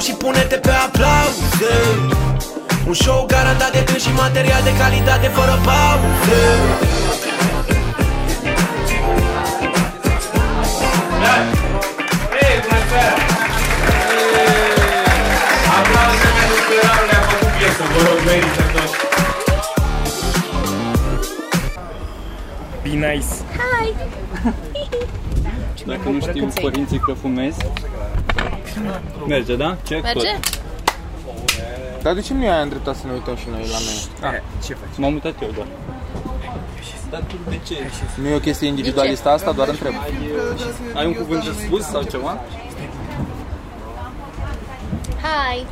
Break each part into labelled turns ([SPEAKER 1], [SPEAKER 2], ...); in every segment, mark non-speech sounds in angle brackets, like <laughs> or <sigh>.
[SPEAKER 1] și pune-te pe aplauze Un show garantat de gând și material de calitate fără pauze
[SPEAKER 2] Ei, bună seara! Aplauze pentru că Raul ne-a făcut piesă, vă rog, merită tot.
[SPEAKER 3] Be nice.
[SPEAKER 4] Dacă nu știu părinții că fumez Merge, da? Check
[SPEAKER 5] Merge?
[SPEAKER 6] Dar de ce nu ai îndreptat să ne uităm și noi la mine?
[SPEAKER 4] Tot. M-am uitat eu da. doar Dar tu de ce?
[SPEAKER 6] Nu e o chestie individualistă asta, doar întreb.
[SPEAKER 4] Ai un cuvânt de spus sau ceva?
[SPEAKER 5] Hai!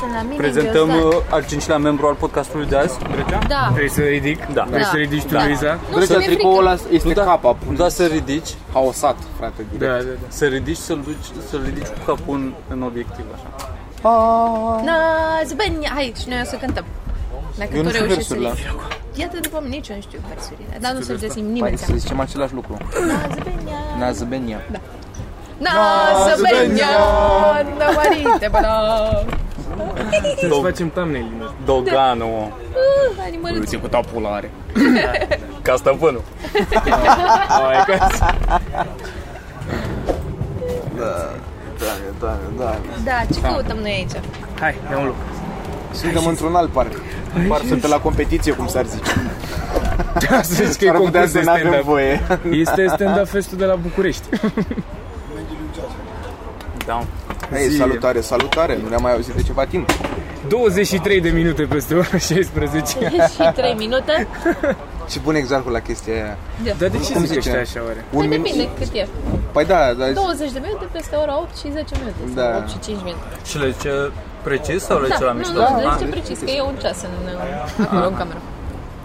[SPEAKER 5] Sunt la mine
[SPEAKER 4] Prezentăm
[SPEAKER 5] în jos,
[SPEAKER 4] uh, al cincilea membru al podcastului de azi
[SPEAKER 5] Da.
[SPEAKER 3] Trebuie să ridic?
[SPEAKER 4] Da
[SPEAKER 3] Trebuie să ridici tu, Luiza?
[SPEAKER 5] Nu, și
[SPEAKER 6] Cred că
[SPEAKER 5] mi-e
[SPEAKER 6] tricoul
[SPEAKER 5] frică.
[SPEAKER 6] ăla este
[SPEAKER 4] da.
[SPEAKER 6] capa,
[SPEAKER 4] Nu da să ridici,
[SPEAKER 6] haosat, frate.
[SPEAKER 3] Da, da, da.
[SPEAKER 4] să ridici, să-l duci, să-l ridici cu capul în, în obiectiv, așa
[SPEAKER 5] Na, zi, bă, hai, și noi o să cântăm. Dacă
[SPEAKER 6] Eu
[SPEAKER 5] tu
[SPEAKER 6] nu știu
[SPEAKER 5] reușești să
[SPEAKER 6] versurile.
[SPEAKER 5] Iată după mine, nici eu nu știu versurile. Dar nu Da. se găsim
[SPEAKER 6] Hai
[SPEAKER 5] nimeni.
[SPEAKER 6] să zicem același lucru.
[SPEAKER 5] Na, zbenia.
[SPEAKER 6] Na zbenia.
[SPEAKER 5] Na, zbenia. Na, marite, bă, da.
[SPEAKER 3] Să facem thumbnail
[SPEAKER 4] Doganu,
[SPEAKER 5] Uh, Animăluț.
[SPEAKER 6] cu tapul are.
[SPEAKER 4] ca stăpânul
[SPEAKER 5] Da, ce căutăm noi aici?
[SPEAKER 3] Hai, ia un loc.
[SPEAKER 6] Suntem într-un alt parc. Parc suntem la competiție, cum s-ar zice.
[SPEAKER 3] <laughs> Să zici că e
[SPEAKER 6] Ar putea
[SPEAKER 3] concurs
[SPEAKER 6] să
[SPEAKER 3] de
[SPEAKER 6] nu avem
[SPEAKER 3] stand-up.
[SPEAKER 6] voie.
[SPEAKER 3] Este stand-up festul de la București.
[SPEAKER 4] Da,
[SPEAKER 6] Hei, salutare, salutare. Nu ne-am mai auzit de ceva timp.
[SPEAKER 3] 23 de minute peste ora 16.
[SPEAKER 5] Și 3 minute?
[SPEAKER 6] Ce bun exarhul exact la chestia aia.
[SPEAKER 3] Dar de ce
[SPEAKER 6] Cum
[SPEAKER 3] zic
[SPEAKER 6] zice?
[SPEAKER 3] ăștia așa oare?
[SPEAKER 6] Da,
[SPEAKER 5] Păi
[SPEAKER 6] Un minut-
[SPEAKER 5] depinde cât e.
[SPEAKER 6] Păi da, da.
[SPEAKER 5] 20 de minute peste ora 8 și 10 minute.
[SPEAKER 6] Da.
[SPEAKER 5] Sau 8 și 5 minute.
[SPEAKER 4] Și le ce precis sau le
[SPEAKER 3] Păi
[SPEAKER 5] Da,
[SPEAKER 4] ce la
[SPEAKER 5] nu,
[SPEAKER 4] mișto?
[SPEAKER 5] nu, da,
[SPEAKER 4] Ah,
[SPEAKER 5] zice precis că e un ceas în, acolo
[SPEAKER 3] Ah.
[SPEAKER 5] în cameră.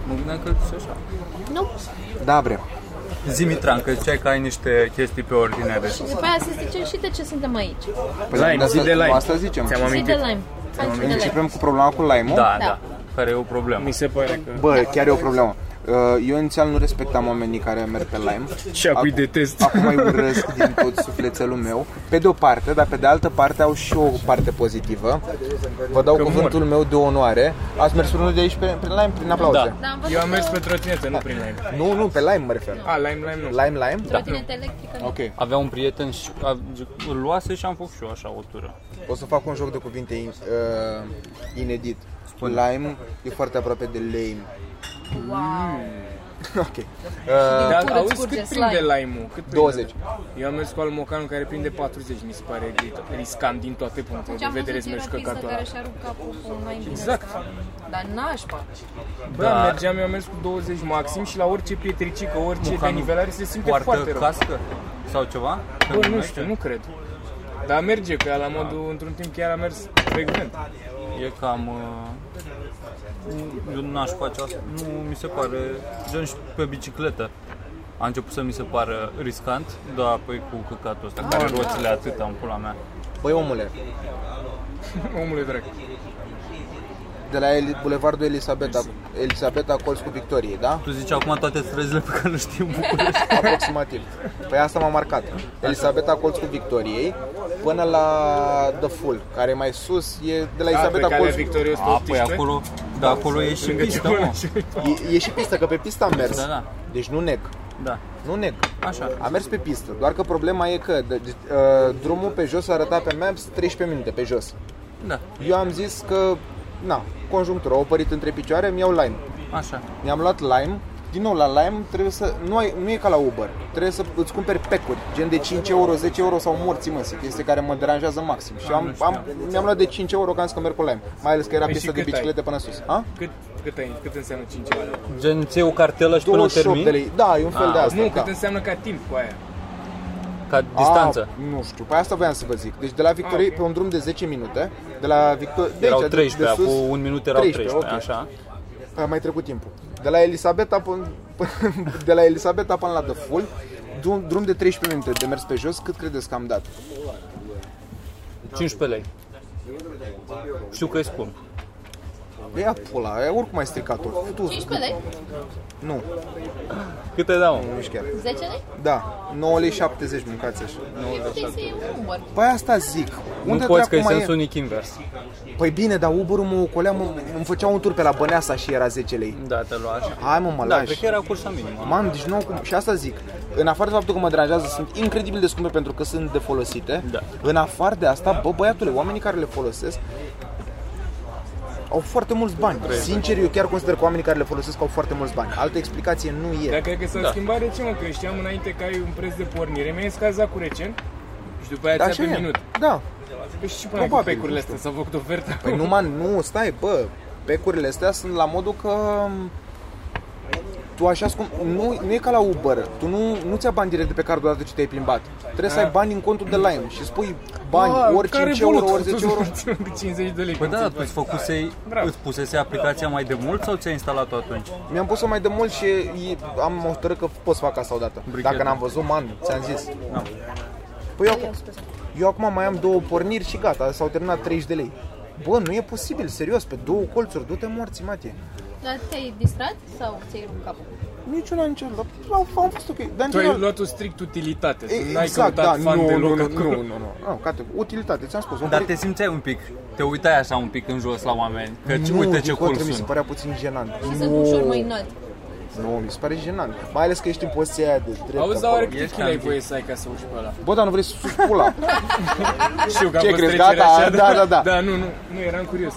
[SPEAKER 4] Mă gândeam că zice așa
[SPEAKER 5] Nu?
[SPEAKER 6] Da, bre.
[SPEAKER 4] Zi, Mitran, că ziceai că ai niște chestii pe ordine de
[SPEAKER 5] Și după aia să zicem și de ce suntem aici.
[SPEAKER 6] Păi
[SPEAKER 3] Lime,
[SPEAKER 6] da,
[SPEAKER 3] zi de lime.
[SPEAKER 6] Asta zicem.
[SPEAKER 3] Ți-am
[SPEAKER 5] Zi de
[SPEAKER 3] amintit.
[SPEAKER 5] lime. Hai zi de lime.
[SPEAKER 6] Începem cu problema cu lime
[SPEAKER 4] Da,
[SPEAKER 5] Da.
[SPEAKER 4] da, care e o problemă
[SPEAKER 3] Mi se pare că...
[SPEAKER 6] Bă, chiar e o problemă. Uh, Eu inițial nu respectam oamenii care merg pe Lime.
[SPEAKER 3] Și acum îi
[SPEAKER 6] Acum-
[SPEAKER 3] detest.
[SPEAKER 6] Acum îi urăsc din tot sufletelul meu. Pe de o parte, dar pe de altă parte au și o parte pozitivă. Vă dau cuvântul meu de onoare. Ați mers unul de aici pe, pe Lime prin aplauze?
[SPEAKER 5] Da, am văzut
[SPEAKER 3] Eu am mers
[SPEAKER 5] că
[SPEAKER 3] pe trotinetă, nu prin lime.
[SPEAKER 6] Nu, nu, pe Lime mă refer.
[SPEAKER 3] A, lime, lime nu.
[SPEAKER 6] Lime, Lime?
[SPEAKER 5] o trotinetă electrică.
[SPEAKER 6] Ok.
[SPEAKER 4] Avea un prieten și a, îl luase și am făcut și eu așa o tură.
[SPEAKER 6] O să fac un joc de cuvinte in, uh, inedit. Lime e foarte aproape de lame. <laughs> Wow. Ok. Uh,
[SPEAKER 3] Dar
[SPEAKER 5] Curăț,
[SPEAKER 3] Da, auzi
[SPEAKER 5] curge,
[SPEAKER 3] cât
[SPEAKER 5] slime.
[SPEAKER 3] prinde lime-ul? Cât prinde?
[SPEAKER 6] 20.
[SPEAKER 3] Eu am mers cu al Mocanul care prinde 40, mi se pare ri- riscant din toate punctele de
[SPEAKER 5] Ce-am
[SPEAKER 3] vedere
[SPEAKER 5] Deci văzut
[SPEAKER 3] să
[SPEAKER 5] era
[SPEAKER 3] mergi
[SPEAKER 5] pistă
[SPEAKER 3] căcatul ăla.
[SPEAKER 5] care și-a rupt capul cu un lime
[SPEAKER 3] Exact.
[SPEAKER 5] Dar nașpa.
[SPEAKER 3] Bă,
[SPEAKER 4] Dar-
[SPEAKER 3] mergeam, eu am mers cu 20 maxim și la orice pietricică, orice
[SPEAKER 4] Mocanul
[SPEAKER 3] denivelare se simte
[SPEAKER 4] Poartă
[SPEAKER 3] foarte rău.
[SPEAKER 4] cască sau ceva?
[SPEAKER 3] Bă, nu știu, nu cred. Dar merge, că ea la modul, într-un timp chiar a mers frecvent. <laughs>
[SPEAKER 4] E cam... uh, nu- Eu n-aș face asta. Nu mi se pare... Gen și pe bicicletă. A început să mi se pară riscant, dar apoi cu căcatul
[SPEAKER 5] Ah.
[SPEAKER 4] ăsta, care roțile atât am pula mea.
[SPEAKER 6] băi, omule,
[SPEAKER 3] Omule drag.
[SPEAKER 6] de la El- Bulevardul Elisabeta, Elisabeta colț cu Victoriei, da?
[SPEAKER 4] Tu zici acum toate străzile pe care le știu în
[SPEAKER 5] <laughs>
[SPEAKER 4] București.
[SPEAKER 6] Aproximativ. Păi asta m-a marcat. Elisabeta Colțul Victoriei până la The Full, care mai sus e de la
[SPEAKER 3] Da, pe
[SPEAKER 6] Elisabeta
[SPEAKER 3] calea
[SPEAKER 6] Colțul.
[SPEAKER 3] Victoriei
[SPEAKER 4] A, păi
[SPEAKER 3] 118.
[SPEAKER 4] acolo, da, acolo e <laughs> și
[SPEAKER 3] Lângă
[SPEAKER 4] pistă,
[SPEAKER 3] Ciobăna
[SPEAKER 4] mă.
[SPEAKER 3] și-
[SPEAKER 6] E, e, și pistă, că pe pistă am mers.
[SPEAKER 4] Da, da.
[SPEAKER 6] Deci nu nec.
[SPEAKER 4] Da,
[SPEAKER 6] Nu nec.
[SPEAKER 4] așa.
[SPEAKER 6] Am mers pe pistă, doar că problema e că de, de, uh, drumul pe jos arăta pe Maps 13 minute pe jos.
[SPEAKER 4] Da,
[SPEAKER 6] Eu am zis că, na, conjunctura, opărit între picioare, mi iau lime.
[SPEAKER 4] așa.
[SPEAKER 6] Mi-am luat Lime. Din nou, la Lime trebuie să... Nu, ai, nu e ca la Uber. Trebuie să îți cumperi pecuri, gen de 5 euro, 10 euro sau morții măsii, chestie care mă deranjează maxim. Și am, am, mi-am luat de 5 euro că am zis că merg cu Lime. Mai ales că era
[SPEAKER 3] Păi și
[SPEAKER 6] pistă de
[SPEAKER 3] cât ai?
[SPEAKER 6] biciclete până sus. Ha?
[SPEAKER 3] Cât, cât, ai, cât înseamnă 5 euro?
[SPEAKER 4] Gen, ți o cartelă și până o
[SPEAKER 6] 28 de
[SPEAKER 4] termin?
[SPEAKER 6] lei. Da, e un fel
[SPEAKER 4] Ah,
[SPEAKER 6] de asta.
[SPEAKER 3] Nu,
[SPEAKER 6] da.
[SPEAKER 3] cât înseamnă ca timp cu aia.
[SPEAKER 4] Ca distanță.
[SPEAKER 6] A, Ah, nu știu, pe asta voiam să vă zic. Deci de la Victoriei,
[SPEAKER 3] Ah, ok.
[SPEAKER 6] pe un drum de 10 minute, de la Victoriei...
[SPEAKER 4] Erau 13, acum un minut erau 13, așa.
[SPEAKER 6] A mai trecut timpul. De la Elisabeta până, până- <laughs> de la Elisabeta până la The Full, drum, drum de 13 minute de mers pe jos, cât credeți că am dat?
[SPEAKER 4] 15 lei. Știu că e scump.
[SPEAKER 6] Că ia pula, aia oricum ai stricat-o. Tu,
[SPEAKER 5] 15 lei?
[SPEAKER 6] nu,
[SPEAKER 4] Câte dau?
[SPEAKER 6] nu știu chiar.
[SPEAKER 5] 10 lei?
[SPEAKER 6] Da, 9 lei 70 mâncați așa.
[SPEAKER 5] Eu puteai să iei un Uber.
[SPEAKER 6] Păi asta zic. Unde
[SPEAKER 4] nu poți că e
[SPEAKER 6] dracu mai e?
[SPEAKER 4] sens unic invers.
[SPEAKER 6] Păi bine, dar Uber-ul mă ocolea, mă, îmi făcea un tur pe la Băneasa și era 10 lei.
[SPEAKER 4] Da, te lua așa.
[SPEAKER 6] Hai mă, mă
[SPEAKER 4] Da,
[SPEAKER 6] lași.
[SPEAKER 4] cred că era cursa minimă.
[SPEAKER 6] Mam, deci nu au cum. Și asta zic. În afară de faptul că mă deranjează, sunt incredibil de scumpe pentru că sunt de folosite.
[SPEAKER 4] Da.
[SPEAKER 6] În afară de asta, bă, băiatule, oamenii care le folosesc au foarte mulți bani. Sincer, eu chiar consider că oamenii care le folosesc au foarte mulți bani. Altă explicație nu e.
[SPEAKER 3] Dar cred că s-a da. schimbat recent, că știam înainte că ai un preț de pornire. Mi-ai scăzat cu recent și după aia
[SPEAKER 6] Dar
[SPEAKER 3] ți-a pe minut.
[SPEAKER 6] Da.
[SPEAKER 3] Păi și până cu
[SPEAKER 6] Probabil,
[SPEAKER 3] pecurile
[SPEAKER 6] nu știu.
[SPEAKER 3] astea s-a făcut oferta.
[SPEAKER 6] Păi nu, man, nu, stai, bă, pecurile astea sunt la modul că mm, tu așa scum, nu, nu e ca la Uber, tu nu, nu ți-a bani direct de pe cardul odată ce te-ai plimbat. Trebuie să ai bani în contul de Lime și spui bani,
[SPEAKER 3] Ah,
[SPEAKER 6] ori 5 euro, ori 10 euro.
[SPEAKER 3] De 50 de lei.
[SPEAKER 4] Păi da, tu îți făcusei,
[SPEAKER 3] Bravo.
[SPEAKER 4] îți pusese aplicația mai de mult sau ți-ai instalat-o atunci?
[SPEAKER 6] Mi-am pus-o mai de mult și e- am hotărât că pot să fac asta odată.
[SPEAKER 4] Bricheta.
[SPEAKER 6] Dacă n-am văzut, man, ți-am zis. Păi eu acum, eu acum mai am două porniri și gata, s-au terminat 30 de lei. Bă, nu e posibil, serios, pe două colțuri, du-te morții, Matie.
[SPEAKER 5] Dar te-ai distrat sau ți-ai rupt capul?
[SPEAKER 6] Niciuna, niciodată, dar am- am fost ok. Dar în
[SPEAKER 3] Tu ai
[SPEAKER 6] general-
[SPEAKER 3] luat o strict utilitate,
[SPEAKER 6] E- exact, da,
[SPEAKER 3] să n-ai căutat fan
[SPEAKER 6] nu,
[SPEAKER 3] deloc
[SPEAKER 6] nu, nu,
[SPEAKER 3] acolo.
[SPEAKER 6] nu, nu, nu, nu, cate, utilitate, ți-am spus. un
[SPEAKER 4] Dar
[SPEAKER 6] pic-
[SPEAKER 4] te simțeai un pic, te uitai așa un pic în jos la oameni, că
[SPEAKER 6] nu,
[SPEAKER 4] uite ce
[SPEAKER 6] din
[SPEAKER 4] cool
[SPEAKER 6] contră, mi se
[SPEAKER 4] sunt.
[SPEAKER 6] părea puțin jenant.
[SPEAKER 5] Și să
[SPEAKER 6] Nu,
[SPEAKER 5] cu șurmă înalt.
[SPEAKER 6] nu, mi se pare jenant. Mai ales că ești în poziția aia de drept.
[SPEAKER 3] Auzi, dar oare
[SPEAKER 6] acolo.
[SPEAKER 3] câte
[SPEAKER 4] Ești
[SPEAKER 3] chile ai
[SPEAKER 4] cam
[SPEAKER 3] voie să ai ca să uși pe ăla?
[SPEAKER 6] Bă, dar nu vrei să suci pula.
[SPEAKER 3] Știu că a
[SPEAKER 6] Ce
[SPEAKER 3] fost
[SPEAKER 6] crezi,
[SPEAKER 3] trecerea
[SPEAKER 6] gata?
[SPEAKER 3] așa,
[SPEAKER 6] Da, da, da.
[SPEAKER 3] <laughs> Da, nu, nu, nu, eram
[SPEAKER 6] <laughs>
[SPEAKER 3] curios.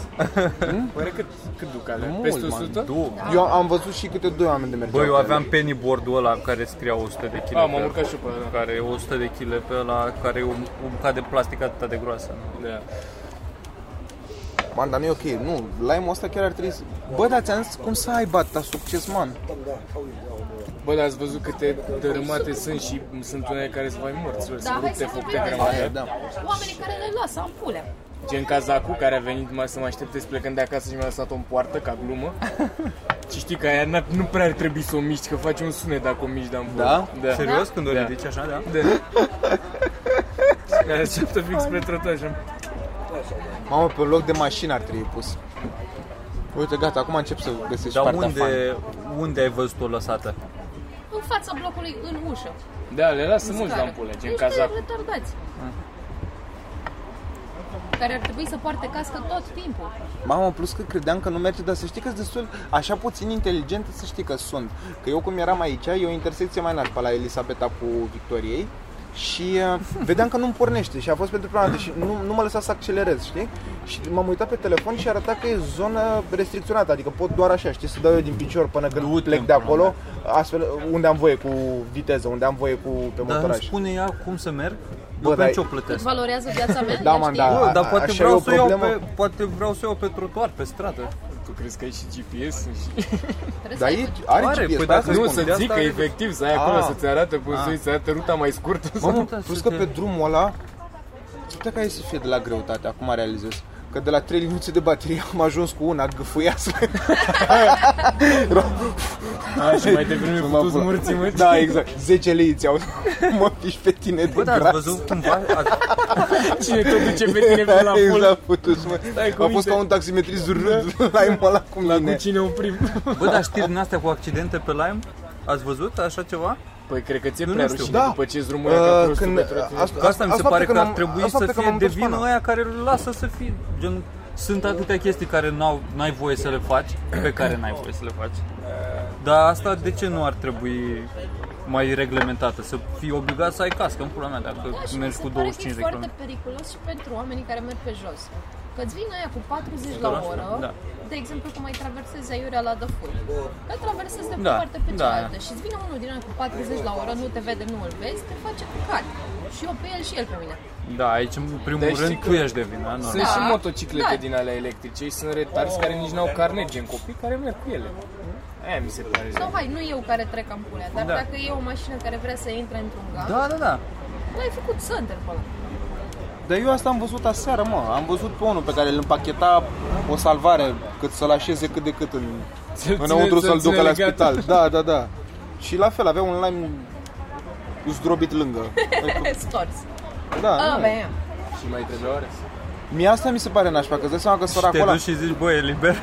[SPEAKER 3] Oare cât, cât duc alea?
[SPEAKER 6] Mult,
[SPEAKER 3] Peste
[SPEAKER 6] man,
[SPEAKER 3] 100?
[SPEAKER 4] Du,
[SPEAKER 6] Eu am văzut și câte doi oameni de mergeau.
[SPEAKER 4] Bă, eu
[SPEAKER 6] pe
[SPEAKER 4] aveam pennyboard-ul ăla care scria 100 de kg.
[SPEAKER 3] A, Ah, m-am urcat și eu pe ăla.
[SPEAKER 4] Care e 100 de kg pe ăla, care e un, un bucat de plastic atât de groasă.
[SPEAKER 3] Da.
[SPEAKER 6] acolo. Man, dar nu e ok. Nu, lime-ul ăsta chiar ar trebui să... Bă, dar ți-am zis cum să ai bata succes, man.
[SPEAKER 3] Bă, dar ați văzut câte dărâmate sunt și sunt unele care sunt mai morți, da,
[SPEAKER 5] Da,
[SPEAKER 3] sunt
[SPEAKER 5] hai
[SPEAKER 3] rupte,
[SPEAKER 5] să
[SPEAKER 3] făcute
[SPEAKER 5] vorbim
[SPEAKER 6] Aia,
[SPEAKER 3] grămadă.
[SPEAKER 6] da.
[SPEAKER 5] Oamenii care le lasă ampule.
[SPEAKER 3] Gen Cazacu, care a venit mai să mă aștepte plecând de acasă și mi-a lăsat-o în poartă, ca <laughs> glumă. și știi că aia n- nu prea ar trebui să o miști, că face un sunet dacă o miști de
[SPEAKER 6] Da?
[SPEAKER 3] da.
[SPEAKER 4] Serios? Când o
[SPEAKER 3] Da.
[SPEAKER 4] ridici așa, da?
[SPEAKER 3] Da. Care așteaptă fix pe trotuar așa.
[SPEAKER 6] Mamă, pe loc de mașină ar trebui pus. Uite, gata, acum încep să găsești
[SPEAKER 4] Dar
[SPEAKER 6] partea fan.
[SPEAKER 4] unde, unde ai văzut-o lăsată?
[SPEAKER 5] În fața blocului, în ușă.
[SPEAKER 3] Da, le lasă mulți
[SPEAKER 4] Exact.
[SPEAKER 5] Scară.
[SPEAKER 3] lampule,
[SPEAKER 5] Exact.
[SPEAKER 3] gen
[SPEAKER 5] Niște
[SPEAKER 3] Cazacu.
[SPEAKER 5] retardați. Care ar trebui să poarte cască tot timpul.
[SPEAKER 6] Mamă, plus că credeam că nu merge, dar să știi că sunt destul așa puțin inteligent să știi că sunt. Că eu cum eram aici, e o intersecție mai nașpa la Elisabeta cu Victoriei și
[SPEAKER 4] <laughs>
[SPEAKER 6] uh, vedeam că nu-mi pornește și a fost pentru prima dată și nu, nu mă lăsa să accelerez, știi? Și m-am uitat pe telefon și arăta că e zonă restricționată, adică pot doar așa, știi, să dau eu din picior până când
[SPEAKER 4] Du-te
[SPEAKER 6] plec
[SPEAKER 4] în
[SPEAKER 6] de
[SPEAKER 4] pula
[SPEAKER 6] acolo, astfel unde am voie cu viteză, unde am voie cu pe
[SPEAKER 4] Dar îmi
[SPEAKER 6] motoraj.
[SPEAKER 4] spune ea cum să merg?
[SPEAKER 6] Bă,
[SPEAKER 4] eu
[SPEAKER 6] dar-
[SPEAKER 4] prin ce o
[SPEAKER 5] Cât
[SPEAKER 4] plătesc?
[SPEAKER 5] valorează
[SPEAKER 4] <laughs>
[SPEAKER 5] viața mea, deci
[SPEAKER 6] Da,
[SPEAKER 5] ea
[SPEAKER 6] man,
[SPEAKER 5] știe.
[SPEAKER 6] da.
[SPEAKER 4] Bă,
[SPEAKER 6] a-
[SPEAKER 4] dar poate
[SPEAKER 6] așa e
[SPEAKER 4] vreau,
[SPEAKER 6] o
[SPEAKER 4] să o iau
[SPEAKER 6] problemă.
[SPEAKER 4] pe, poate vreau să o iau pe trotuar, pe stradă.
[SPEAKER 3] Tu crezi că ai și GPS? Și...
[SPEAKER 5] Trebuie să
[SPEAKER 6] Dar
[SPEAKER 5] ai
[SPEAKER 6] e,
[SPEAKER 5] făcut.
[SPEAKER 6] are,
[SPEAKER 4] Are,
[SPEAKER 6] GPS,
[SPEAKER 4] păi
[SPEAKER 6] da,
[SPEAKER 4] dacă
[SPEAKER 6] să
[SPEAKER 4] nu
[SPEAKER 3] Nu,
[SPEAKER 6] spun.
[SPEAKER 4] spune, de
[SPEAKER 3] să
[SPEAKER 4] asta
[SPEAKER 3] zic că
[SPEAKER 4] are-
[SPEAKER 3] efectiv să ai acolo
[SPEAKER 6] Ah.
[SPEAKER 3] să-ți arate pozuit, să arate ruta mai scurtă.
[SPEAKER 6] Mă,
[SPEAKER 3] sau-
[SPEAKER 6] mă,
[SPEAKER 4] Da,
[SPEAKER 6] plus
[SPEAKER 4] să
[SPEAKER 6] că
[SPEAKER 4] te-
[SPEAKER 6] pe drumul ăla Uite că ai să fie de la greutate, acum realizez Că de la 3 liniuțe de baterie am ajuns cu una gâfâiasă
[SPEAKER 4] <laughs>
[SPEAKER 3] A, și mai
[SPEAKER 6] <laughs>
[SPEAKER 3] devreme putu smurți, mă.
[SPEAKER 6] Da, exact, 10 lei ți-au <laughs> Mă piși pe tine de
[SPEAKER 4] Bă, dar ați
[SPEAKER 6] gras.
[SPEAKER 4] văzut <laughs> cumva? Ați,
[SPEAKER 3] Cine tot <laughs> duce pe tine pe la pulă?
[SPEAKER 6] Exact, putu mă.
[SPEAKER 3] Stai cu
[SPEAKER 6] A fost
[SPEAKER 3] minte.
[SPEAKER 6] ca un taximetrist zurât
[SPEAKER 4] Da.
[SPEAKER 6] <laughs> la imă la cum la
[SPEAKER 3] Cu
[SPEAKER 6] mine
[SPEAKER 3] cine oprim?
[SPEAKER 4] bă, dar știri din astea cu accidente pe Lime? Ați văzut așa ceva?
[SPEAKER 3] Păi cred că ți-e
[SPEAKER 4] Nu,
[SPEAKER 3] prea
[SPEAKER 4] nu știu.
[SPEAKER 3] rușine
[SPEAKER 6] Da.
[SPEAKER 3] după ce îți
[SPEAKER 6] Uh,
[SPEAKER 3] rumâna ca prostul
[SPEAKER 6] când- uh,
[SPEAKER 3] pe trotuar.
[SPEAKER 6] asta-
[SPEAKER 4] Că asta mi se
[SPEAKER 6] asta
[SPEAKER 4] pare
[SPEAKER 6] faptul
[SPEAKER 4] că ar
[SPEAKER 6] m-am-
[SPEAKER 4] trebui
[SPEAKER 6] asta
[SPEAKER 4] să
[SPEAKER 6] faptul că
[SPEAKER 4] fie
[SPEAKER 6] m-am
[SPEAKER 4] de
[SPEAKER 6] dus
[SPEAKER 4] vină
[SPEAKER 6] pana.
[SPEAKER 4] aia care îl lasă să fie. Gen, sunt atâtea chestii care n-au, n-ai voie să le faci, pe care n-ai voie să le faci. Dar asta de ce nu ar trebui mai reglementată? Să fii obligat să ai cască în pula mea dacă
[SPEAKER 5] Da, și mi
[SPEAKER 4] mergi
[SPEAKER 5] se
[SPEAKER 4] cu
[SPEAKER 5] pare că
[SPEAKER 4] 25 de
[SPEAKER 5] E foarte
[SPEAKER 4] km.
[SPEAKER 5] periculos și pentru oamenii care merg pe jos. Că îți vin aia cu 40 la
[SPEAKER 4] Doar așa,
[SPEAKER 5] oră,
[SPEAKER 4] da.
[SPEAKER 5] de exemplu cum ai traversezi aiurea la Dăful. Că traversezi de pe
[SPEAKER 4] Da,
[SPEAKER 5] parte pe
[SPEAKER 4] da.
[SPEAKER 5] cealaltă și îți vine unul din aia cu 40 la oră, nu te vede, nu îl vezi, te face cu cal. Și eu pe el și el pe mine.
[SPEAKER 4] Da, aici în
[SPEAKER 3] Dar
[SPEAKER 4] primul
[SPEAKER 3] știi
[SPEAKER 4] rând
[SPEAKER 3] că
[SPEAKER 4] tu ești de vină,
[SPEAKER 3] Sunt
[SPEAKER 4] normal.
[SPEAKER 3] și
[SPEAKER 5] Da.
[SPEAKER 3] motociclete
[SPEAKER 5] Da.
[SPEAKER 3] din alea electrice și sunt retarzi care nici n-au carnet, gen copii care merg cu ele. Aia mi se pare.
[SPEAKER 5] Sau hai, nu eu care trec am pulea, dar
[SPEAKER 4] Da.
[SPEAKER 5] dacă e o mașină care vrea să intre într-un gang,
[SPEAKER 4] Da, da, da.
[SPEAKER 5] l-ai făcut sănder pe ăla.
[SPEAKER 6] Dar eu asta am văzut aseară, mă Am văzut pe unul pe care îl împacheta o salvare Cât să-l așeze cât de cât în
[SPEAKER 3] Să-l
[SPEAKER 6] Înăuntru
[SPEAKER 3] ține-
[SPEAKER 6] să-l
[SPEAKER 3] ține
[SPEAKER 6] ducă la
[SPEAKER 3] legat.
[SPEAKER 6] spital. Da, da,
[SPEAKER 4] <laughs>
[SPEAKER 6] da. Și la fel, avea un lime zdrobit lângă.
[SPEAKER 5] Stors.
[SPEAKER 6] Da,
[SPEAKER 5] Ah,
[SPEAKER 6] nu.
[SPEAKER 5] bem.
[SPEAKER 3] Și mai trebuie ore.
[SPEAKER 6] Mie asta mi se pare nașpa, că îți dai seama că
[SPEAKER 4] Și
[SPEAKER 6] săracul
[SPEAKER 4] te
[SPEAKER 6] ăla...
[SPEAKER 4] duci și zici, bă, e liber.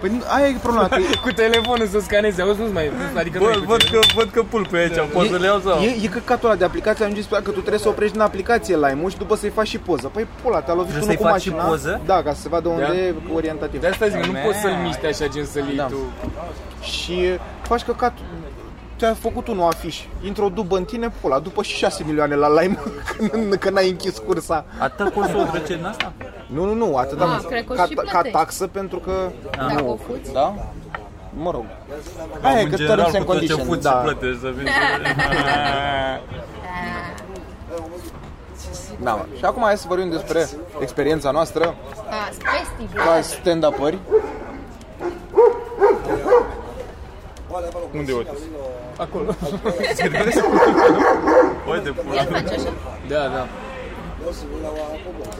[SPEAKER 6] Păi nu- aia e
[SPEAKER 4] <laughs>
[SPEAKER 6] problema, că
[SPEAKER 3] Cu telefonul să scaneze, auzi, nu-ți mai... nu-ți- Adică nu
[SPEAKER 4] Bă,
[SPEAKER 3] e cu
[SPEAKER 4] văd <laughs>
[SPEAKER 3] tine.
[SPEAKER 4] că, văd că pulpe aici, poți să le iau sau?
[SPEAKER 6] e, e căcatul ăla de aplicație, ajungi să că tu trebuie să oprești din aplicație Lime-ul și după să-i faci și poză. Păi pula, te-a lovit
[SPEAKER 4] Trebuie
[SPEAKER 6] unul
[SPEAKER 4] să-i
[SPEAKER 6] cu
[SPEAKER 4] faci și
[SPEAKER 6] mașina.
[SPEAKER 4] poză?
[SPEAKER 6] Da, ca să se vadă unde e orientativ.
[SPEAKER 3] De asta zic, nu
[SPEAKER 4] Man.
[SPEAKER 3] poți să-l miști așa, gen să-l iei
[SPEAKER 6] Da.
[SPEAKER 3] tu.
[SPEAKER 6] Și faci căcat ți-a făcut unul afiș. Intră o dubă în tine, pula, după și 6 milioane la Lime <laughs> când, când ai închis cursa.
[SPEAKER 4] Atât poți să o treci în asta?
[SPEAKER 6] Nu, nu, nu, atât am
[SPEAKER 5] Ah, cred că
[SPEAKER 6] ca,
[SPEAKER 5] și
[SPEAKER 6] ca
[SPEAKER 5] plătești.
[SPEAKER 6] taxă pentru că
[SPEAKER 5] Dacă
[SPEAKER 6] nu,
[SPEAKER 5] o fuți.
[SPEAKER 6] da? Mă rog. Aia e
[SPEAKER 4] în
[SPEAKER 6] că
[SPEAKER 4] general,
[SPEAKER 6] terms
[SPEAKER 4] cu
[SPEAKER 6] and
[SPEAKER 4] tot ce
[SPEAKER 6] conditions,
[SPEAKER 4] fuți
[SPEAKER 6] da.
[SPEAKER 4] da. plătești să
[SPEAKER 5] <laughs>
[SPEAKER 4] fii.
[SPEAKER 6] da mă. Și acum hai să vorbim despre experiența noastră
[SPEAKER 5] Da, festival.
[SPEAKER 6] ca stand-upări.
[SPEAKER 4] Unde e Otis?
[SPEAKER 3] Acolo.
[SPEAKER 4] Uite, pula.
[SPEAKER 5] El face așa.
[SPEAKER 3] Da, da.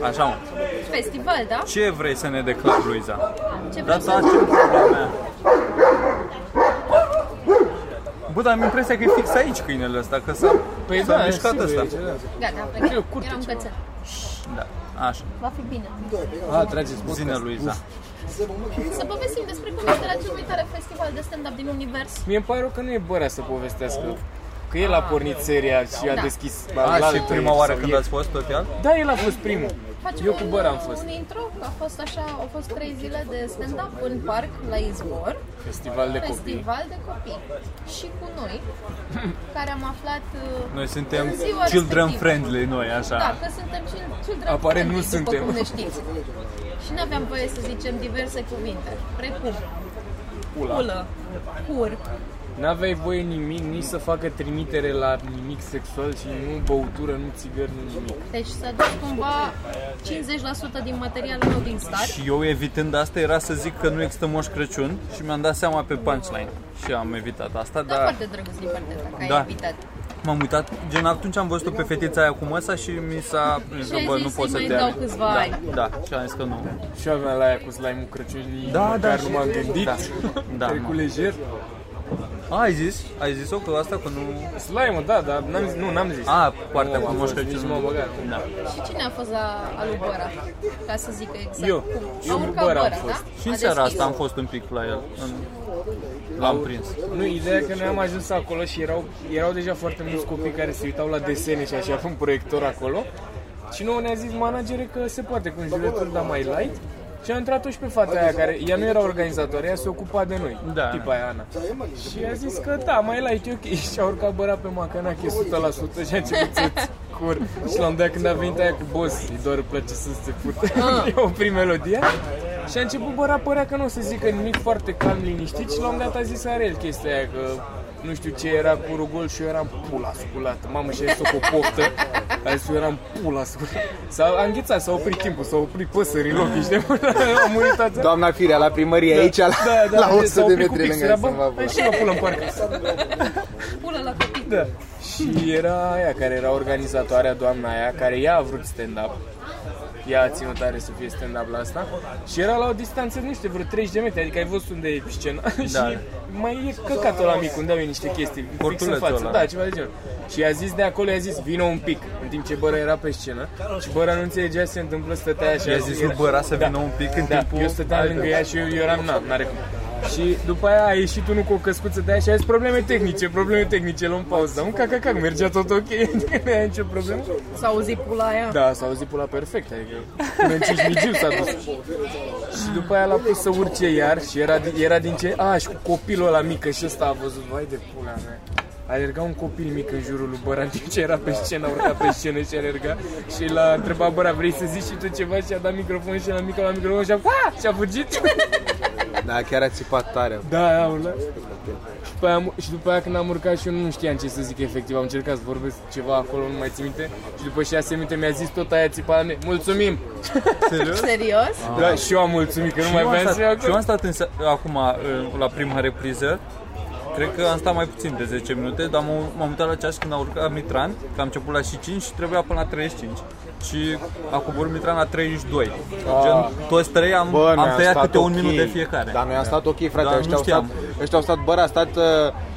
[SPEAKER 4] Așa, mă.
[SPEAKER 5] Festival, da?
[SPEAKER 4] Ce vrei să ne declari, Luiza?
[SPEAKER 5] Ce
[SPEAKER 4] Da,
[SPEAKER 5] vrei
[SPEAKER 4] da,
[SPEAKER 5] să
[SPEAKER 4] ce problema mea? Bă, dar am impresia că e fix aici câinele ăsta, că s-a,
[SPEAKER 3] Păi
[SPEAKER 4] s-a
[SPEAKER 3] da,
[SPEAKER 4] mișcat
[SPEAKER 3] sigur,
[SPEAKER 4] ăsta.
[SPEAKER 3] e ce-
[SPEAKER 5] Gata, a plecat.
[SPEAKER 3] Eu curte
[SPEAKER 5] Eram cățel.
[SPEAKER 4] Da, așa.
[SPEAKER 5] Va fi bine.
[SPEAKER 6] Ah, trageți
[SPEAKER 4] Zine, Luiza.
[SPEAKER 5] Să povestim despre cum este la cel mai tare festival de stand-up din univers.
[SPEAKER 3] Mie îmi pare rău că nu e bărea să povestească. Că el a pornit seria și a
[SPEAKER 5] Ah. Da.
[SPEAKER 3] deschis
[SPEAKER 4] A,
[SPEAKER 3] la
[SPEAKER 4] și
[SPEAKER 3] altă
[SPEAKER 4] prima oară
[SPEAKER 3] sau
[SPEAKER 4] când
[SPEAKER 3] el.
[SPEAKER 4] ați fost tot el?
[SPEAKER 3] Da, el a fost primul.
[SPEAKER 5] Facem
[SPEAKER 3] Eu cu
[SPEAKER 5] un-
[SPEAKER 3] Băra am fost.
[SPEAKER 5] Un intro, că a fost așa, au fost trei zile de stand-up în parc la Izvor,
[SPEAKER 3] Festival de copii.
[SPEAKER 5] festival de copii. Și cu
[SPEAKER 3] <laughs>
[SPEAKER 5] noi, care am aflat uh,
[SPEAKER 4] Noi suntem
[SPEAKER 5] în ziua
[SPEAKER 4] children
[SPEAKER 5] respectivă.
[SPEAKER 4] friendly, noi,
[SPEAKER 5] Da,
[SPEAKER 4] așa.
[SPEAKER 5] că suntem chil- children
[SPEAKER 3] Apare
[SPEAKER 5] friendly,
[SPEAKER 3] nu
[SPEAKER 5] după
[SPEAKER 3] suntem.
[SPEAKER 5] cum ne știți. Și nu aveam voie să zicem diverse cuvinte, precum
[SPEAKER 3] Pula.
[SPEAKER 5] pulă, cur,
[SPEAKER 3] N-aveai voie nimic, nici să facă trimitere la nimic sexual și nu băutură, nu țigări, nu nimic.
[SPEAKER 5] deci să duci cumva 50% din materialul meu din start.
[SPEAKER 4] Și eu evitând asta era să zic că nu există Moș Crăciun și mi-am dat seama pe punchline. Și am evitat asta,
[SPEAKER 5] Da,
[SPEAKER 4] dar
[SPEAKER 5] foarte drăguț din partea ta, că
[SPEAKER 4] Da.
[SPEAKER 5] ai invitat.
[SPEAKER 4] m-am uitat. Gen, atunci am văzut-o pe fetița aia cu măsa și mi s-a prins
[SPEAKER 5] Și
[SPEAKER 4] că,
[SPEAKER 5] ai
[SPEAKER 4] bă,
[SPEAKER 5] zis
[SPEAKER 4] nu pot să
[SPEAKER 5] să-i mai
[SPEAKER 4] dea.
[SPEAKER 5] dau câțiva
[SPEAKER 4] da,
[SPEAKER 5] ani.
[SPEAKER 4] da, și am zis că nu.
[SPEAKER 3] Și eu aveam la aia cu slime-ul Crăciunii,
[SPEAKER 4] Da,
[SPEAKER 3] măcar
[SPEAKER 4] da,
[SPEAKER 3] nu m-am gândit.
[SPEAKER 4] Da, da.
[SPEAKER 3] Trec cu lejer.
[SPEAKER 4] A, ai zis? Ai zis-o că asta că nu...
[SPEAKER 3] Slime, da, dar n-am zis, nu, n-am zis.
[SPEAKER 4] A, partea
[SPEAKER 3] Nu,
[SPEAKER 4] cu
[SPEAKER 3] am
[SPEAKER 4] Moș
[SPEAKER 3] fost, nici
[SPEAKER 4] Crăciun.
[SPEAKER 3] nu m-am băgat.
[SPEAKER 4] Da.
[SPEAKER 5] Și cine a fost la Alubăra? Ca să zică exact
[SPEAKER 3] Eu.
[SPEAKER 5] cum.
[SPEAKER 3] Eu
[SPEAKER 5] a
[SPEAKER 3] cu
[SPEAKER 5] urcat
[SPEAKER 3] Băra am
[SPEAKER 5] Băra,
[SPEAKER 3] fost.
[SPEAKER 5] da?
[SPEAKER 4] Și în
[SPEAKER 5] A
[SPEAKER 4] seara
[SPEAKER 5] deschis.
[SPEAKER 4] asta am fost un pic la el. În... L-am prins.
[SPEAKER 3] Nu, ideea e că noi am ajuns acolo și erau, erau deja foarte mulți copii care se uitau la desene și așa, un proiector acolo. Și nouă ne-a zis managere că se poate cu un juletul, dar mai light. Și a intrat și pe fata aia care, ea nu era organizatoare, ea se ocupa de noi,
[SPEAKER 4] Da.
[SPEAKER 3] tipa aia Ana. Și a zis că da, mai light, e ok. <laughs> Și a urcat băra pe macanache 100% și a început să cur. Și la un dat când a venit aia cu boss, îi doar place să se fute, <laughs> o oprit melodia. Și a început băra, părea că nu o să zică nimic foarte calm, liniștit și la un dat a zis are el chestia aia că nu știu ce era cu rugol și eu eram pula sculată. Mamă, și a zis-o cu o poftă. A zis, eu eram pula sculată. S-a a înghețat, s-a oprit timpul, s-a oprit păsările, ochii și de <laughs> a murit Da, ața.
[SPEAKER 6] Doamna Firea la primărie
[SPEAKER 4] Da.
[SPEAKER 6] aici, la, Da. la 100 de metri lângă Sâmbavă.
[SPEAKER 3] Hai și mă pulă în parc.
[SPEAKER 5] Pulă la copii.
[SPEAKER 3] Da. Și era aia care era organizatoarea, doamna aia, care ea a vrut stand-up. Ea a ținut tare să fie stand-up la asta. Și era la o distanță, nu știu, vreo 30 de metri, adică ai văzut unde e scena. <laughs>
[SPEAKER 4] Da.
[SPEAKER 3] și mai e căcatul la mic, unde au ei niște chestii, fix în
[SPEAKER 4] Cortulețul
[SPEAKER 3] față.
[SPEAKER 4] ăla.
[SPEAKER 3] Da, ceva de genul. Și a zis de acolo, i-a zis, vino un pic, în timp ce Băra era pe scenă. Și Băra nu înțelegea ce se întâmplă, stătea așa.
[SPEAKER 4] I-a zis lui
[SPEAKER 3] era-
[SPEAKER 4] Băra să
[SPEAKER 3] Da.
[SPEAKER 4] vină un pic în
[SPEAKER 3] Da,
[SPEAKER 4] timpul...
[SPEAKER 3] eu stăteam lângă ea și eu, eu eram, na, n-are cum. Și după aia a ieșit unul cu o căscuță de aia și a zis probleme tehnice, probleme tehnice, luăm pauză. Un cac, cac, cac, mergea tot ok, <laughs> nu ai nicio problemă.
[SPEAKER 5] S-a auzit pula aia?
[SPEAKER 3] Da, s-a auzit pula perfect, adică până în 5 migiu s-a dus. Și după aia l-a pus să urce iar și era, din- era din ce... A, și cu copilul ăla mică și ăsta a văzut, vai de pula mea. Alerga un copil mic în jurul lui Băran <laughs> timp ce era pe scenă, a urcat pe scenă și alerga și l-a întrebat Băra, vrei să zici și tu ceva și a dat microfon și la mică la microfon și a, "Ah!" și a fugit.
[SPEAKER 6] Da, chiar a țipat tare.
[SPEAKER 3] Da, aula. Și după, aia, am- și după aia când am urcat și eu nu știam ce să zic efectiv, am încercat să vorbesc ceva acolo, nu mai țin minte. Și după 6 minute mi-a zis tot aia țipa la mine, mulțumim!
[SPEAKER 4] Serios?
[SPEAKER 5] Serios?
[SPEAKER 3] Da, și eu am mulțumit, că nu
[SPEAKER 4] Și
[SPEAKER 3] mai
[SPEAKER 4] eu am
[SPEAKER 3] voiam
[SPEAKER 4] stat-
[SPEAKER 3] să iau
[SPEAKER 4] Și eu
[SPEAKER 3] acolo.
[SPEAKER 4] am stat în se- acum în- la prima repriză Cred că am stat mai puțin de 10 minute, dar m-am, m-am uitat la ceas când a urcat Mitran, că am început la și 5 și trebuia până la 35. Și a coborât Mitran la 32.
[SPEAKER 3] Ah.
[SPEAKER 4] Gen, toți trei am,
[SPEAKER 6] Bă, noi
[SPEAKER 4] am tăiat
[SPEAKER 6] stat
[SPEAKER 4] câte un
[SPEAKER 6] ok.
[SPEAKER 4] minut de fiecare. Da.
[SPEAKER 6] Dar noi am stat ok, frate,
[SPEAKER 4] Dar
[SPEAKER 6] ăștia,
[SPEAKER 4] nu
[SPEAKER 6] au stat,
[SPEAKER 4] știam.
[SPEAKER 6] ăștia au stat, bă, a stat uh,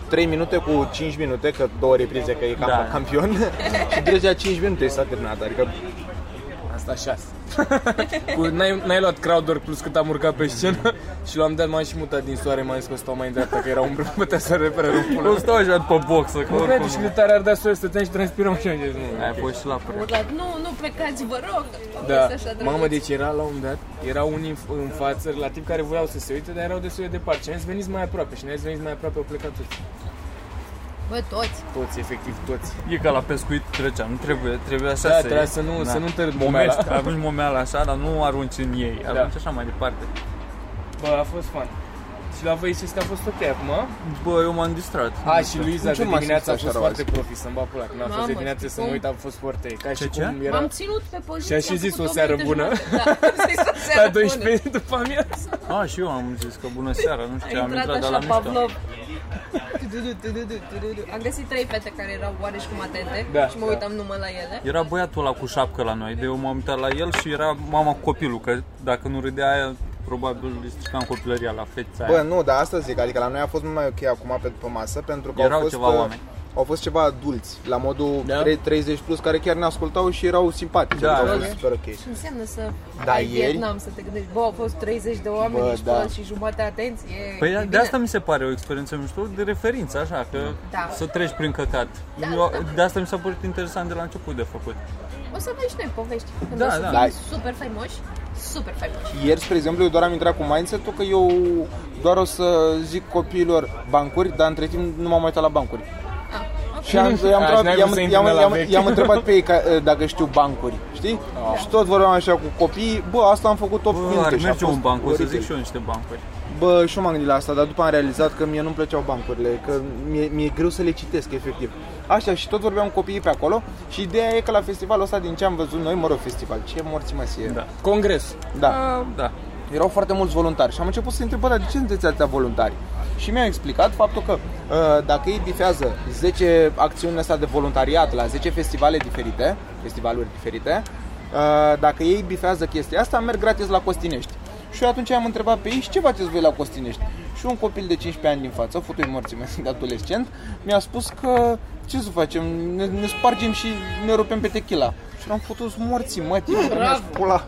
[SPEAKER 6] 3 minute cu 5 minute, că două reprize, că e cam deci
[SPEAKER 4] Da. <laughs>
[SPEAKER 6] campion. și deja 5 minute și s-a terminat, adică
[SPEAKER 3] Asta 6. Cu, n-ai, n-ai luat crowdwork plus cât am urcat pe scenă <laughs> și l-am dat, m-am și mutat din soare, m-am zis că stau mai în dreapta, că era umbră, putea să repere
[SPEAKER 4] Eu
[SPEAKER 3] rupul.
[SPEAKER 4] stau așa pe boxă, că
[SPEAKER 3] Nu crede și
[SPEAKER 4] oricum...
[SPEAKER 3] cât de tare ar da soare, stăteam și transpiram și am zis, nu,
[SPEAKER 4] Ai
[SPEAKER 3] ok.
[SPEAKER 4] fost și la pre.
[SPEAKER 5] Urlat, nu, nu plecați, vă rog. Au
[SPEAKER 3] Da,
[SPEAKER 5] fost așa
[SPEAKER 3] mamă,
[SPEAKER 5] drăguț.
[SPEAKER 3] deci era la un dat, erau unii în, în față, relativ care voiau să se uite, dar erau destul de departe. Și am zis, veniți mai aproape și ne-ați venit mai aproape, au plecat toți.
[SPEAKER 5] Bă, toți.
[SPEAKER 3] Toți, efectiv, toți.
[SPEAKER 4] E ca la pescuit treceam, nu trebuie, trebuie așa
[SPEAKER 3] Da,
[SPEAKER 4] să
[SPEAKER 3] trebuia să nu- să nu întârzi
[SPEAKER 4] Momești, <laughs>
[SPEAKER 3] momeala. Da.
[SPEAKER 4] arunci momeala așa, dar nu arunci în ei, arunci așa mai departe.
[SPEAKER 3] Bă, a fost fan. Și la voi ce a fost ok acum?
[SPEAKER 4] Bă, eu m-am distrat.
[SPEAKER 3] A, și Luiza
[SPEAKER 6] Nici
[SPEAKER 3] de
[SPEAKER 6] eu m-am
[SPEAKER 3] dimineață a
[SPEAKER 6] simțit
[SPEAKER 3] fost
[SPEAKER 6] așa
[SPEAKER 3] foarte profi, să-mi bat pula. Când a fost
[SPEAKER 5] Mamă,
[SPEAKER 3] de dimineață
[SPEAKER 5] știi
[SPEAKER 3] să mă
[SPEAKER 5] cum?
[SPEAKER 3] uit, a fost foarte... Ca și
[SPEAKER 4] Ce, ce?
[SPEAKER 3] cum era... <laughs>
[SPEAKER 5] M-am ținut pe poziție.
[SPEAKER 3] Și-a și
[SPEAKER 5] am
[SPEAKER 3] zis,
[SPEAKER 5] făcut
[SPEAKER 3] "O
[SPEAKER 5] opt
[SPEAKER 3] seară
[SPEAKER 5] minute
[SPEAKER 3] bună."
[SPEAKER 5] jumate.
[SPEAKER 3] <laughs>
[SPEAKER 5] Da, am zis o
[SPEAKER 3] La
[SPEAKER 5] seară bună.
[SPEAKER 3] 12 după amiază.
[SPEAKER 4] A, Ah, și eu am zis că bună seara, nu știu,
[SPEAKER 5] A
[SPEAKER 4] am
[SPEAKER 5] intrat
[SPEAKER 4] intrat de la
[SPEAKER 5] așa
[SPEAKER 4] mișto.
[SPEAKER 5] Pavlov. Tududu, tududu, tududu. Am găsit trei fete care erau oareși cum atente
[SPEAKER 3] Da,
[SPEAKER 5] și mă
[SPEAKER 3] da.
[SPEAKER 5] uitam numai la ele.
[SPEAKER 4] Era băiatul ăla cu șapcă la noi, de eu m-am uitat la el și era mama cu copilul, că dacă nu râdea aia, probabil îi strica în copilăria la feța
[SPEAKER 6] Bă,
[SPEAKER 4] aia.
[SPEAKER 6] nu, dar asta zic, adică la noi a fost mult mai ok acum pe, pe masă pentru că
[SPEAKER 4] Erau
[SPEAKER 6] au fost,
[SPEAKER 4] ceva
[SPEAKER 6] uh,
[SPEAKER 4] oameni.
[SPEAKER 6] Au fost ceva adulți, la modul
[SPEAKER 3] Da?
[SPEAKER 6] da? 30 plus, care chiar ne ascultau și erau simpatici,
[SPEAKER 4] Da,
[SPEAKER 6] adică au
[SPEAKER 4] da.
[SPEAKER 6] fost super ok.
[SPEAKER 5] Ce înseamnă să
[SPEAKER 6] Da,
[SPEAKER 5] ai
[SPEAKER 6] ieri?
[SPEAKER 5] Vietnam, să te gândești, bă, au fost 30 de oameni,
[SPEAKER 6] Bă,
[SPEAKER 5] ești
[SPEAKER 6] da.
[SPEAKER 5] da. și jumate atenție. e
[SPEAKER 4] Păi de
[SPEAKER 5] bine.
[SPEAKER 4] asta mi se pare o experiență mișto de referință, așa, că
[SPEAKER 5] Da.
[SPEAKER 4] să treci prin căcat. Eu, de asta mi s-a părut interesant de la început de făcut.
[SPEAKER 5] O să avem și noi povești. Când
[SPEAKER 4] Da,
[SPEAKER 5] o să
[SPEAKER 4] da.
[SPEAKER 5] fim
[SPEAKER 6] Da.
[SPEAKER 5] super faimoși, super faimoși.
[SPEAKER 6] Ieri, spre exemplu, eu doar am intrat cu mindset-ul că eu doar o să zic copiilor bancuri, dar între timp nu m-am mai uitat la bancuri.
[SPEAKER 5] Ah, ok.
[SPEAKER 6] Și am, i-am,
[SPEAKER 3] Aș
[SPEAKER 6] întrebat,
[SPEAKER 3] n-ai
[SPEAKER 6] i-am,
[SPEAKER 3] vrut să intri
[SPEAKER 6] i-am,
[SPEAKER 3] la
[SPEAKER 6] i-am,
[SPEAKER 3] vechi. Ah.
[SPEAKER 6] i-am întrebat
[SPEAKER 3] <laughs>
[SPEAKER 6] pe ei ca, eh, dacă știu bancuri, știi? Și tot vorbeam așa cu copiii, bă, asta am făcut 8
[SPEAKER 4] Bă,
[SPEAKER 6] minute
[SPEAKER 4] ar
[SPEAKER 6] și a
[SPEAKER 4] merge
[SPEAKER 6] fost
[SPEAKER 4] un banc, o să
[SPEAKER 6] oribil.
[SPEAKER 4] zic și eu niște bancuri.
[SPEAKER 6] Bă, și eu m-am gândit la asta, dar după am realizat că mie nu-mi plăceau bancurile, că mi-e, mi-e greu să le citesc, efectiv. Așa, și tot vorbeam cu copiii pe acolo și ideea e că la festivalul ăsta, din ce am văzut noi, mă rog, festival, ce morți mă e.
[SPEAKER 4] Da.
[SPEAKER 3] Congres.
[SPEAKER 6] da.
[SPEAKER 4] Da.
[SPEAKER 6] Erau foarte mulți voluntari și am început să întreb, bă, dar de ce sunteți atâția voluntari? Și mi-au explicat faptul că uh, dacă ei bifează 10 acțiuni astea de voluntariat la 10 festivale diferite, festivaluri diferite, uh, dacă ei bifează chestia asta, merg gratis la Costinești. Și eu atunci am întrebat pe ei, "Și ce faceți voi la Costinești? Și un copil de 15 ani din față, futui morții mei <laughs> de adolescent, mi-a spus că ce să facem, ne, ne spargem și ne rupem pe tequila. Și am putut morții mătii, mi-aș pula.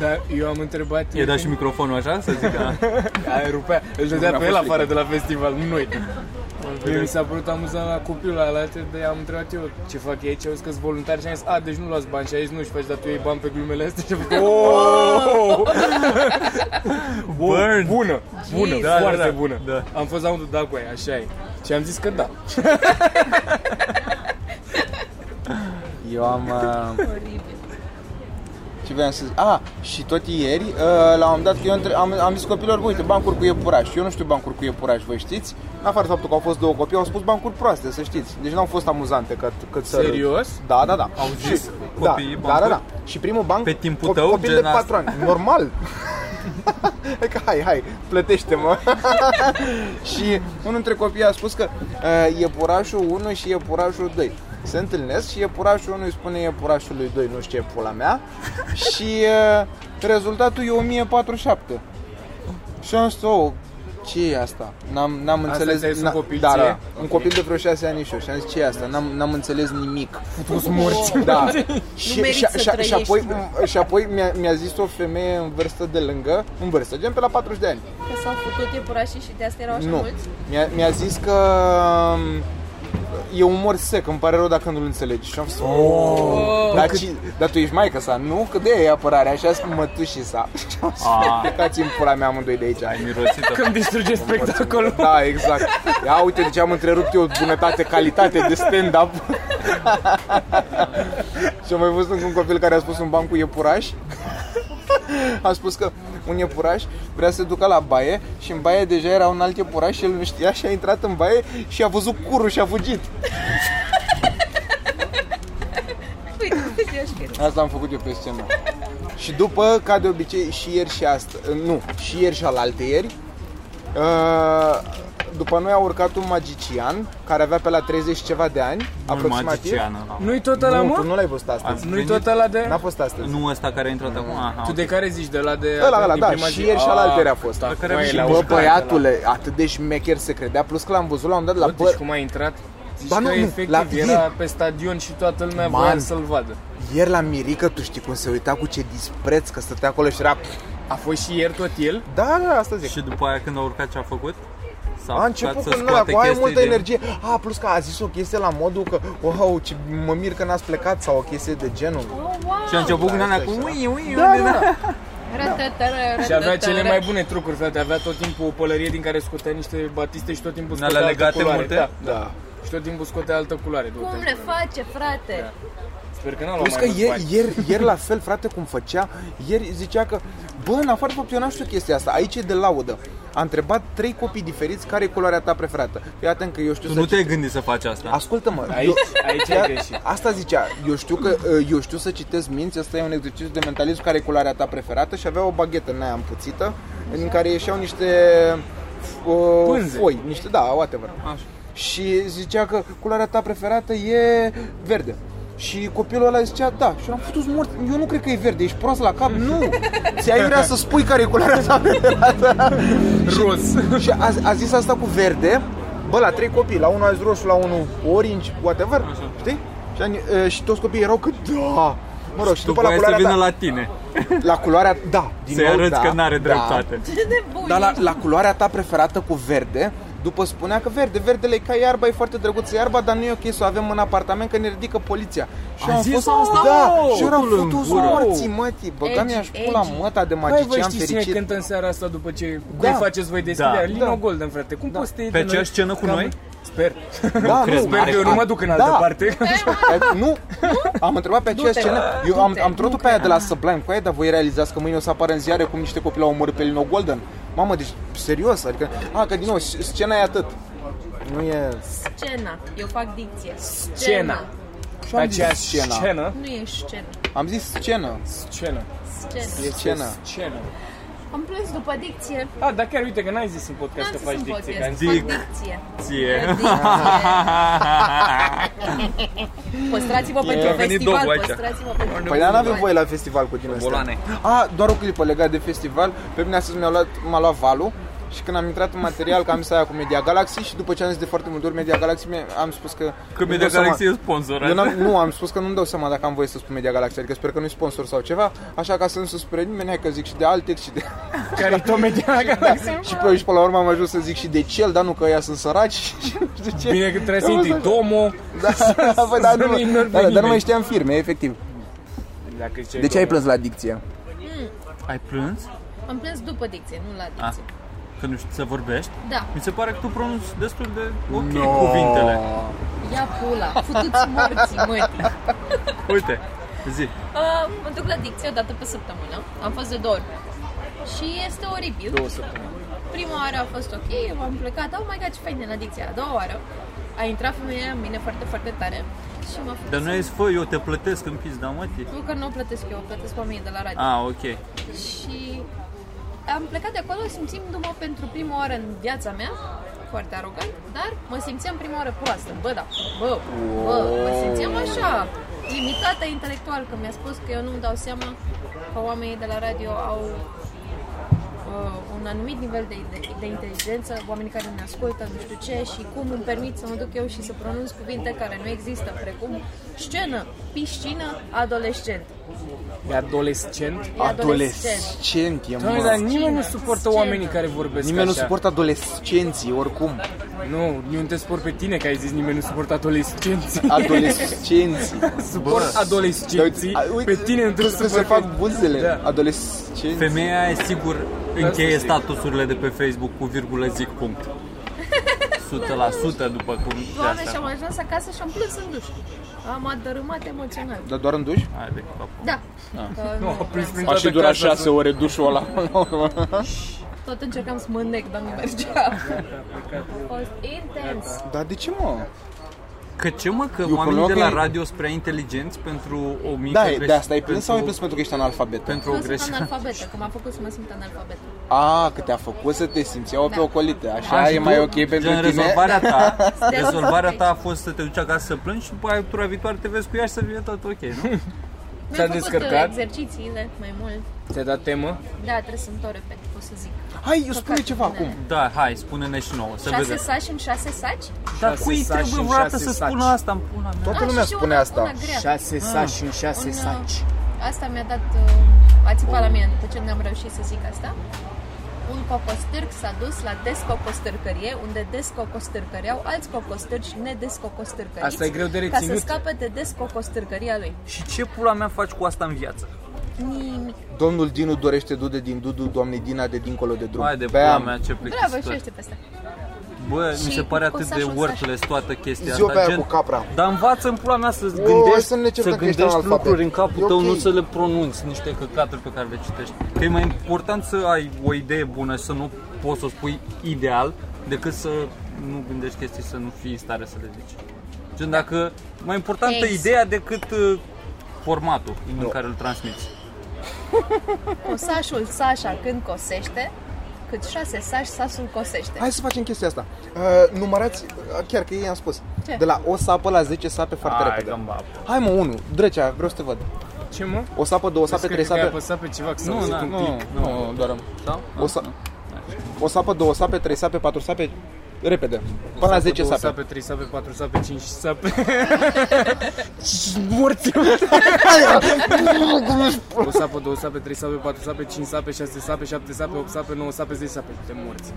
[SPEAKER 3] Dar Da, eu am întrebat...
[SPEAKER 4] E
[SPEAKER 3] <laughs>
[SPEAKER 4] dat și microfonul așa, să zic, da.
[SPEAKER 3] A, rupea. Îl dădea
[SPEAKER 6] mi-a
[SPEAKER 3] pe el
[SPEAKER 6] fost
[SPEAKER 3] afară de la festival, nu noi. Mie mi s-a părut amuzant la copilul ăla, de am întrebat eu ce fac ei aici, au zis că sunt voluntari și am zis, a, deci nu luați bani și a zis, nu, și faci, dar tu iei bani pe glumele astea și a făcut, "Oh!"
[SPEAKER 4] Burn!
[SPEAKER 3] Bună, bună,
[SPEAKER 4] Da, da,
[SPEAKER 3] foarte
[SPEAKER 4] da.
[SPEAKER 3] bună.
[SPEAKER 4] Da.
[SPEAKER 3] Am fost la unul, da, cu aia, așa e. Și am zis că da.
[SPEAKER 6] Eu am... Uh,
[SPEAKER 5] Oribil.
[SPEAKER 6] Ce voiam să zic? Ah, și tot ieri, uh, la un moment dat, că eu între... am, am zis copilor, uite, bancuri cu iepuraș. Eu nu știu bancuri cu iepuraș, voi știți? În afară de faptul că au fost două copii, au spus bancuri proaste, să știți. Deci n-au fost amuzante cât, cât să râd.
[SPEAKER 3] Serios?
[SPEAKER 6] Da, da, da.
[SPEAKER 4] Au zis
[SPEAKER 6] Și-
[SPEAKER 4] copiii
[SPEAKER 6] da, da, da, da.
[SPEAKER 4] bancuri?
[SPEAKER 6] Și primul banc,
[SPEAKER 4] Pe timpul
[SPEAKER 6] cop-
[SPEAKER 4] tău,
[SPEAKER 6] copil de
[SPEAKER 4] gen
[SPEAKER 6] patru ani.
[SPEAKER 4] <laughs>
[SPEAKER 6] Normal. Adică, hai, hai, plătește-mă. și unul dintre copii a spus că uh, iepurașul 1 și iepurașul 2 se întâlnesc și iepurașul 1 îi spune iepurașului 2, nu știu ce pula <laughs> mea, și uh, rezultatul e 1047. Și am zis, oh, ce e asta? N-am, n-am înțeles...
[SPEAKER 3] ți-ai zis un copil
[SPEAKER 6] da,
[SPEAKER 3] ție?
[SPEAKER 6] da, un copil de vreo 6 ani și eu. Și am zis, ce e asta? N-am, n-am înțeles nimic. Futus morți. <laughs> Da. și,
[SPEAKER 5] meriți
[SPEAKER 6] și,
[SPEAKER 5] să
[SPEAKER 6] și, și,
[SPEAKER 5] trăiești.
[SPEAKER 6] apoi, și apoi mi-a, mi-a zis o femeie în vârstă de lângă, în vârstă, gen pe la 40 de ani.
[SPEAKER 5] Că s-au făcut iepurașii și de asta erau așa
[SPEAKER 6] Nu.
[SPEAKER 5] mulți.
[SPEAKER 6] Mi-a, mi-a zis că um, e umor sec, îmi pare rău dacă nu-l înțelegi. Și am zis, oh, dar, ci, dar tu ești maică sa, nu? Că de e apărarea, așa sunt mătușii sa. Și am zis,
[SPEAKER 4] A,
[SPEAKER 6] plecați în pula mea amândoi de aici.
[SPEAKER 4] ai mirosit
[SPEAKER 3] Când distruge spectacolul.
[SPEAKER 6] Da, exact. Ia uite de ce am întrerupt eu bunătate, calitate de stand-up. și am mai văzut încă un copil care a spus un ban cu iepuraș. a spus că un iepuraș vrea să se ducă la baie și în baie deja era un alt iepuraș și el nu știa și a intrat în baie și a văzut curul și a fugit.
[SPEAKER 5] <laughs> Uite, uite, așa că-
[SPEAKER 6] Asta am făcut eu pe scenă. <laughs> Și după, ca de obicei, și ieri și asta, nu, și ieri și alaltă ieri, uh, după noi a urcat un magician care avea pe la 30 și ceva de ani,
[SPEAKER 4] mult
[SPEAKER 6] aproximativ.
[SPEAKER 4] magiciană.
[SPEAKER 3] Nu-i tot ăla,
[SPEAKER 6] Nu, tu
[SPEAKER 3] mă?
[SPEAKER 6] nu l-ai văzut astăzi.
[SPEAKER 4] Azi.
[SPEAKER 3] Nu-i tot ăla de...
[SPEAKER 6] N-a fost astăzi.
[SPEAKER 4] Nu ăsta care a intrat acum. Aha,
[SPEAKER 3] Tu de care zici? De la de...
[SPEAKER 6] Ăla, ăla,
[SPEAKER 3] din
[SPEAKER 6] da,
[SPEAKER 3] prima
[SPEAKER 6] și
[SPEAKER 3] zi?
[SPEAKER 6] ieri și
[SPEAKER 3] Ah,
[SPEAKER 6] alaltăieri a fost.
[SPEAKER 3] da,
[SPEAKER 4] care
[SPEAKER 3] mai
[SPEAKER 4] vin și
[SPEAKER 3] la
[SPEAKER 4] bă,
[SPEAKER 6] Bă,
[SPEAKER 3] urcat,
[SPEAKER 6] băiatule, atât de șmecher se credea, plus că l-am văzut la un moment dat
[SPEAKER 3] la-
[SPEAKER 6] la
[SPEAKER 3] Bă, deci
[SPEAKER 6] băr...
[SPEAKER 3] cum a intrat? Zici
[SPEAKER 6] Ba
[SPEAKER 3] Ba
[SPEAKER 6] nu,
[SPEAKER 3] nu, că
[SPEAKER 6] nu,
[SPEAKER 3] efectiv
[SPEAKER 6] la-
[SPEAKER 3] era pe stadion și toată lumea
[SPEAKER 6] Man.
[SPEAKER 3] voia să-l vadă.
[SPEAKER 6] Ieri la Mirica, tu știi cum se uita cu ce dispreț că stătea acolo și era...
[SPEAKER 3] A fost și ieri tot el?
[SPEAKER 6] Da, da, asta zic.
[SPEAKER 4] Și după aia când a urcat ce a făcut? S-a
[SPEAKER 6] A
[SPEAKER 4] apucat
[SPEAKER 6] început
[SPEAKER 4] să
[SPEAKER 6] cu nada,
[SPEAKER 4] scoate
[SPEAKER 6] cu aia
[SPEAKER 4] chestii
[SPEAKER 6] multă
[SPEAKER 4] din-
[SPEAKER 6] energie. A, plus că a zis o chestie la modul că, wow, ce mă mir că n-ați plecat sau o chestie de genul.
[SPEAKER 5] Oh, wow!
[SPEAKER 4] Și a început cu
[SPEAKER 6] Da,
[SPEAKER 4] alea
[SPEAKER 6] asta
[SPEAKER 4] cu
[SPEAKER 6] e așa.
[SPEAKER 4] ui, ui,
[SPEAKER 6] Da,
[SPEAKER 4] ui,
[SPEAKER 6] da, da.
[SPEAKER 5] Ră-tă-tă-ră,
[SPEAKER 3] Și avea
[SPEAKER 5] ră-tă-tă-ră.
[SPEAKER 3] cele mai bune trucuri, frate. Avea tot timpul o pălărie din care scotea niște batiste și tot timpul
[SPEAKER 4] Din
[SPEAKER 3] scotea
[SPEAKER 4] alea
[SPEAKER 3] altă
[SPEAKER 4] legate
[SPEAKER 3] culoare.
[SPEAKER 4] multe?
[SPEAKER 3] Da.
[SPEAKER 6] Da.
[SPEAKER 3] Și tot timpul scotea altă culoare. de
[SPEAKER 5] Cum
[SPEAKER 3] uite.
[SPEAKER 5] le face, frate?
[SPEAKER 3] Sper că n-a luat
[SPEAKER 6] Plus
[SPEAKER 3] mai
[SPEAKER 6] că
[SPEAKER 3] mulți
[SPEAKER 6] ieri,
[SPEAKER 3] bani.
[SPEAKER 6] ieri, ieri la fel, frate, cum făcea, ieri zicea că, bă, în afară de faptul că eu n-am știut chestia asta, aici e de laudă. A întrebat trei copii diferiți care e culoarea ta preferată. Fii atent că eu știu
[SPEAKER 4] Tu
[SPEAKER 6] să
[SPEAKER 4] nu te-ai gândit să faci asta.
[SPEAKER 6] Ascultă-mă,
[SPEAKER 3] Aici,
[SPEAKER 6] eu,
[SPEAKER 3] aici ai greșit.
[SPEAKER 6] asta zicea, eu știu că ă, eu știu să citesc minți, asta e un exercițiu de mentalism care e culoarea ta preferată și avea o baghetă în aia împuțită, în care ieșeau niște uh,
[SPEAKER 3] Pânze.
[SPEAKER 6] foi, niște, da, whatever.
[SPEAKER 4] Așa.
[SPEAKER 6] Și zicea că culoarea ta preferată e verde. Și copilul ăla zicea, da, și eu am făcut mort, eu nu cred că e verde, ești prost la cap, nu, ți-ai vrea să spui care e culoarea ta preferată.
[SPEAKER 3] Roz.
[SPEAKER 6] Și a, a zis asta cu verde Bă, la trei copii, la unul a zis roșu, la unul orange, whatever Așa. Știi? Și, ani, e, și toți copiii erau că da Mă rog, și
[SPEAKER 4] Tu
[SPEAKER 6] după la
[SPEAKER 4] voiai să
[SPEAKER 6] culoarea
[SPEAKER 4] vină
[SPEAKER 6] ta,
[SPEAKER 4] la tine.
[SPEAKER 6] la culoarea, da, din
[SPEAKER 4] Să-i
[SPEAKER 6] nou,
[SPEAKER 4] arăți
[SPEAKER 6] da,
[SPEAKER 4] că n-are
[SPEAKER 6] da.
[SPEAKER 4] dreptate.
[SPEAKER 5] Ce de bun
[SPEAKER 6] Dar la,
[SPEAKER 5] ești.
[SPEAKER 6] la culoarea ta preferată cu verde după spunea că verde, verdele e ca iarba, e foarte drăguță iarba, dar nu e ok să o avem în apartament că ne ridică poliția. Și
[SPEAKER 4] A
[SPEAKER 6] am
[SPEAKER 4] zis
[SPEAKER 6] fost,
[SPEAKER 4] asta?
[SPEAKER 6] da,
[SPEAKER 4] Oh,
[SPEAKER 6] și eu am
[SPEAKER 4] culo în
[SPEAKER 6] făcut
[SPEAKER 4] gură.
[SPEAKER 6] morții, mătii, băga
[SPEAKER 5] Edgy,
[SPEAKER 6] mi-aș pula
[SPEAKER 5] edgy.
[SPEAKER 6] măta de
[SPEAKER 3] Păi vă
[SPEAKER 6] magician
[SPEAKER 3] știți cine
[SPEAKER 6] fericit.
[SPEAKER 3] cântă în seara asta după ce
[SPEAKER 6] Da.
[SPEAKER 3] da. faceți voi deschiderea?
[SPEAKER 4] Da.
[SPEAKER 3] Da. Lino
[SPEAKER 6] Da.
[SPEAKER 3] Golden, frate. Cum poți să te iei
[SPEAKER 4] Pe
[SPEAKER 3] de
[SPEAKER 4] aceeași scenă cu
[SPEAKER 3] Cam-
[SPEAKER 4] noi?
[SPEAKER 3] Sper.
[SPEAKER 6] Da,
[SPEAKER 4] crezi,
[SPEAKER 3] Sper că eu nu mă duc în altă
[SPEAKER 6] Da.
[SPEAKER 3] parte.
[SPEAKER 6] E, Nu, am întrebat pe aceeași
[SPEAKER 5] Du-te.
[SPEAKER 6] scenă. Eu am,
[SPEAKER 5] Du-te.
[SPEAKER 6] am trot pe aia de la Sublime cu aia, dar voi realizați că mâine o să apară în ziare cum niște copii l-au omorât pe Lino Golden. Mamă, deci serios, adică, a, că din nou, sc- scena e atât. Nu e...
[SPEAKER 5] Scena. Eu fac dicție. Scena.
[SPEAKER 3] Scena.
[SPEAKER 6] Și
[SPEAKER 3] Pe
[SPEAKER 6] am zis
[SPEAKER 3] aceeași
[SPEAKER 6] scena.
[SPEAKER 3] scenă.
[SPEAKER 5] Nu e scenă.
[SPEAKER 6] Am zis scenă.
[SPEAKER 3] Scenă.
[SPEAKER 5] Scena.
[SPEAKER 3] Este
[SPEAKER 6] Scenă.
[SPEAKER 3] Scenă.
[SPEAKER 5] Am plâns după dicție.
[SPEAKER 3] A, dar chiar uite că n-ai zis în podcast
[SPEAKER 5] N-am
[SPEAKER 3] că
[SPEAKER 5] zis
[SPEAKER 3] faci
[SPEAKER 5] în podcast.
[SPEAKER 3] dicție.
[SPEAKER 5] Fac
[SPEAKER 3] Că
[SPEAKER 4] Dic.
[SPEAKER 5] dicție.
[SPEAKER 4] <laughs> Ție.
[SPEAKER 5] Păstrați-vă pentru
[SPEAKER 4] a venit
[SPEAKER 5] festival,
[SPEAKER 4] dogul aici.
[SPEAKER 5] păstrați-vă pentru
[SPEAKER 6] Păi dar n-avem voie la festival cu din
[SPEAKER 4] Boloane.
[SPEAKER 6] A, doar o clipă legat de festival. Pe mine astăzi mi-a luat, m-a luat valul și când am intrat în material, că am zis aia cu Media Galaxy și după ce am zis de foarte multe ori Media Galaxy, mi- am spus că...
[SPEAKER 4] Că
[SPEAKER 6] nu-mi
[SPEAKER 4] mi de
[SPEAKER 6] dau seama-
[SPEAKER 4] galaxie
[SPEAKER 6] Eu
[SPEAKER 4] sponsorat.
[SPEAKER 6] n-am,
[SPEAKER 4] <laughs>
[SPEAKER 6] nu, am spus că nu-mi dau seama dacă am voie să spun Media Galaxy, adică sper că nu-i sponsor sau ceva, așa ca să nu se supere nimeni, hai că zic și de Altex și de...
[SPEAKER 3] Care-i tot media galaxie.
[SPEAKER 6] <laughs> și pe și pe la urmă am ajuns să zic și de cel, dar nu că ăia sunt săraci și <laughs> nu știu ce.
[SPEAKER 3] <laughs> Bine că
[SPEAKER 6] <laughs>
[SPEAKER 3] trebuie să
[SPEAKER 6] Eu
[SPEAKER 3] intri
[SPEAKER 6] mă-
[SPEAKER 3] Domo.
[SPEAKER 6] Da, <laughs> bă, dar,
[SPEAKER 3] să nu
[SPEAKER 6] nu,
[SPEAKER 3] ignori
[SPEAKER 6] da,
[SPEAKER 3] pe
[SPEAKER 6] dar nu mai
[SPEAKER 3] nimeni.
[SPEAKER 6] știam firme, efectiv.
[SPEAKER 3] Dacă ziceai
[SPEAKER 6] De ce Deci ai
[SPEAKER 3] Domo.
[SPEAKER 6] plâns la dicție?
[SPEAKER 4] Ai plâns?
[SPEAKER 5] Am plâns după dicție, nu la dicție.
[SPEAKER 4] Că nu știi să vorbești?
[SPEAKER 5] Da,
[SPEAKER 4] Mi se pare că tu pronunți destul de ok cuvintele.
[SPEAKER 5] ia pula, futuți morții, mătii.
[SPEAKER 4] Uite, zi.
[SPEAKER 5] Uh, mă duc la dicție o dată pe săptămână, am fost de două ori. Și este oribil.
[SPEAKER 3] Două săptămâni.
[SPEAKER 5] Prima oară a fost ok, am plecat, oh my god, ce fain e la dicție. A doua oară a intrat femeia în mine foarte, foarte tare și m-a făcut
[SPEAKER 4] Dar nu
[SPEAKER 5] să-
[SPEAKER 4] ai zis, "Fă, eu te plătesc în pizda mătii.
[SPEAKER 5] Nu că nu o plătesc eu, o plătesc oamenii de la radio.
[SPEAKER 4] Ah, ok.
[SPEAKER 5] Și am plecat de acolo simțindu-mă pentru prima oară în viața mea, foarte arogant, dar mă simțeam prima oară proastă. Bă, da, bă, bă, mă simțeam așa, limitată intelectual, că mi-a spus că eu nu-mi dau seama că oamenii de la radio au uh, un anumit nivel de, de, de inteligență, oamenii care ne ascultă, nu știu ce, și cum îmi permit să mă duc eu și să pronunț cuvinte care nu există, precum scenă, piscină, adolescent.
[SPEAKER 3] E adolescent.
[SPEAKER 5] E adolescent.
[SPEAKER 6] Adolescent e,
[SPEAKER 3] Doamne, dar
[SPEAKER 6] mă.
[SPEAKER 3] nimeni nu suportă
[SPEAKER 5] Scenă.
[SPEAKER 3] oamenii care vorbesc
[SPEAKER 6] Nimeni nu
[SPEAKER 3] așa.
[SPEAKER 6] suportă adolescenții,
[SPEAKER 3] <laughs>
[SPEAKER 6] oricum.
[SPEAKER 3] Nu, eu nu te suport pe tine că ai zis nimeni nu suportă adolescenții.
[SPEAKER 6] Adolescenții.
[SPEAKER 3] Suport adolescenții,
[SPEAKER 6] Dar uite,
[SPEAKER 3] pe tine nu trebuie
[SPEAKER 6] trebuie
[SPEAKER 3] să
[SPEAKER 6] să se fac buzele.
[SPEAKER 3] Da.
[SPEAKER 6] Adolescenți.
[SPEAKER 4] Femeia e sigur încheie
[SPEAKER 3] zic.
[SPEAKER 4] statusurile de pe Facebook cu virgulă zic punct. 100% după cum de
[SPEAKER 5] Doamne, și am
[SPEAKER 4] asta.
[SPEAKER 5] ajuns acasă și am plâns în duș. Am adărâmat emoțional.
[SPEAKER 6] Dar doar în duș?
[SPEAKER 4] Hai de capul.
[SPEAKER 5] Da. Că
[SPEAKER 3] Nu, a prins prin
[SPEAKER 6] A
[SPEAKER 3] toată
[SPEAKER 6] și durat
[SPEAKER 3] casa.
[SPEAKER 6] șase ore dușul ăla.
[SPEAKER 5] Tot încercam să mă înnec, dar nu mergea. A fost intens.
[SPEAKER 6] <laughs> Dar de ce, mă?
[SPEAKER 4] Că ce mă, că
[SPEAKER 6] Eu
[SPEAKER 4] oamenii de
[SPEAKER 6] cred că
[SPEAKER 4] la
[SPEAKER 6] e-
[SPEAKER 4] radio sunt prea inteligenți pentru o mică
[SPEAKER 6] Da,
[SPEAKER 4] greș-
[SPEAKER 6] de asta ai plâns sau ai
[SPEAKER 4] pentru-
[SPEAKER 6] plâns pentru că ești analfabet?
[SPEAKER 4] Pentru o
[SPEAKER 5] Nu sunt
[SPEAKER 4] greșeală.
[SPEAKER 5] analfabetă, că m-a făcut să mă simt analfabetă.
[SPEAKER 6] A, că te-a făcut să te simți o pe ocolite. Așa
[SPEAKER 4] A, și
[SPEAKER 6] e
[SPEAKER 4] tu,
[SPEAKER 6] mai ok pentru
[SPEAKER 4] gen,
[SPEAKER 6] tine.
[SPEAKER 4] rezolvarea
[SPEAKER 6] <laughs>
[SPEAKER 4] ta,
[SPEAKER 5] Stai.
[SPEAKER 4] rezolvarea ta a fost să te duci acasă să plângi și după aia tura viitoare te vezi cu ea și să fie tot ok,
[SPEAKER 5] <laughs>
[SPEAKER 4] nu?
[SPEAKER 5] Mi-am făcut uh,
[SPEAKER 3] descărcat?
[SPEAKER 5] exercițiile mai mult.
[SPEAKER 3] Ți-ai dat temă?
[SPEAKER 5] Da, trebuie să-mi tot repet, pot să zic.
[SPEAKER 6] Hai, eu spune ceva acum.
[SPEAKER 4] Da, hai, spune-ne și nouă, să
[SPEAKER 5] Șase
[SPEAKER 4] vedem.
[SPEAKER 5] saci în șase saci?
[SPEAKER 4] Dar
[SPEAKER 3] șase
[SPEAKER 4] cui
[SPEAKER 3] saci
[SPEAKER 4] trebuie
[SPEAKER 3] și
[SPEAKER 4] vreodată
[SPEAKER 3] șase
[SPEAKER 4] să
[SPEAKER 3] saci.
[SPEAKER 4] spună asta în pula mea?
[SPEAKER 6] Toată
[SPEAKER 5] Ah,
[SPEAKER 6] lumea
[SPEAKER 5] și
[SPEAKER 6] spune
[SPEAKER 5] una,
[SPEAKER 6] asta.
[SPEAKER 5] Una grea.
[SPEAKER 3] Ah.
[SPEAKER 7] Șase saci și în șase
[SPEAKER 5] Un, uh,
[SPEAKER 7] saci.
[SPEAKER 5] Asta mi-a dat uh, a țipat la mine după ce n-am reușit să zic asta. Un cocostârc s-a dus la descocostârcărie, unde descocostârcăreau alți cocostârci nedescocostârcăriți
[SPEAKER 3] Asta e greu de
[SPEAKER 5] ca să
[SPEAKER 3] reținut.
[SPEAKER 5] scape de descocostârcăria lui.
[SPEAKER 4] Și ce pula mea faci cu asta în viață?
[SPEAKER 5] Nimic.
[SPEAKER 6] Domnul Dinu dorește dude din Dudu, doamne Dina de dincolo de drum.
[SPEAKER 4] Hai de pula
[SPEAKER 6] Bam.
[SPEAKER 4] mea, ce plictisitor.
[SPEAKER 5] Bravo, și ești pe asta.
[SPEAKER 4] Bă, mi
[SPEAKER 5] Și
[SPEAKER 4] se pare
[SPEAKER 5] cu
[SPEAKER 4] atât de
[SPEAKER 5] sașul,
[SPEAKER 4] worthless toată chestia
[SPEAKER 6] Ziua pe
[SPEAKER 4] asta.
[SPEAKER 6] aia cu capra.
[SPEAKER 4] Dar învață în pula mea să
[SPEAKER 6] hai
[SPEAKER 4] gândești,
[SPEAKER 6] să nu ne certăm
[SPEAKER 4] să
[SPEAKER 6] că ești
[SPEAKER 4] gândești
[SPEAKER 6] analfabet.
[SPEAKER 4] lucruri în capul
[SPEAKER 6] E
[SPEAKER 4] tău,
[SPEAKER 6] ok.
[SPEAKER 4] nu să le pronunți niște căcaturi pe care le citești. Că e mai important să ai o idee bună și să nu poți să o spui ideal decât să nu gândești chestii și să nu fii în stare să le zici. Gen dacă mai importantă e
[SPEAKER 5] Ex.
[SPEAKER 4] ideea decât uh, formatul
[SPEAKER 6] Da.
[SPEAKER 4] în care îl transmiți.
[SPEAKER 5] Cosașul Sasha când cosește, cât șase sași sasul cosește.
[SPEAKER 6] Hai să facem chestia asta. Uh, numărați, uh, chiar că ei am spus.
[SPEAKER 5] Ce?
[SPEAKER 6] De la o sapă la 10 sape foarte
[SPEAKER 4] Hai,
[SPEAKER 6] repede.
[SPEAKER 4] gamba.
[SPEAKER 6] Hai mă, unul, drăcea, vreau să te văd.
[SPEAKER 3] Ce mă?
[SPEAKER 6] O sapă, două sape,
[SPEAKER 3] Crezi
[SPEAKER 6] trei
[SPEAKER 3] că ai
[SPEAKER 6] sape.
[SPEAKER 3] apăsat pe ceva? că s-a
[SPEAKER 4] Nu,
[SPEAKER 3] auzit
[SPEAKER 4] na,
[SPEAKER 3] un
[SPEAKER 4] nu.
[SPEAKER 3] pic.
[SPEAKER 6] Nu, nu, doar am.
[SPEAKER 4] Da?
[SPEAKER 6] O, sa- o sapă, două sape, trei sape, patru sape, repede. Până la 10
[SPEAKER 3] Două
[SPEAKER 6] sape.
[SPEAKER 3] sape, 3 sape, 4 sape, 5 sape. Morți! <laughs> o sapă, două sape, 3 sape, 4 sape, 5 sape, 6 sape, 7 sape, 8 sape, 9 sape, 10 sape. Te morți.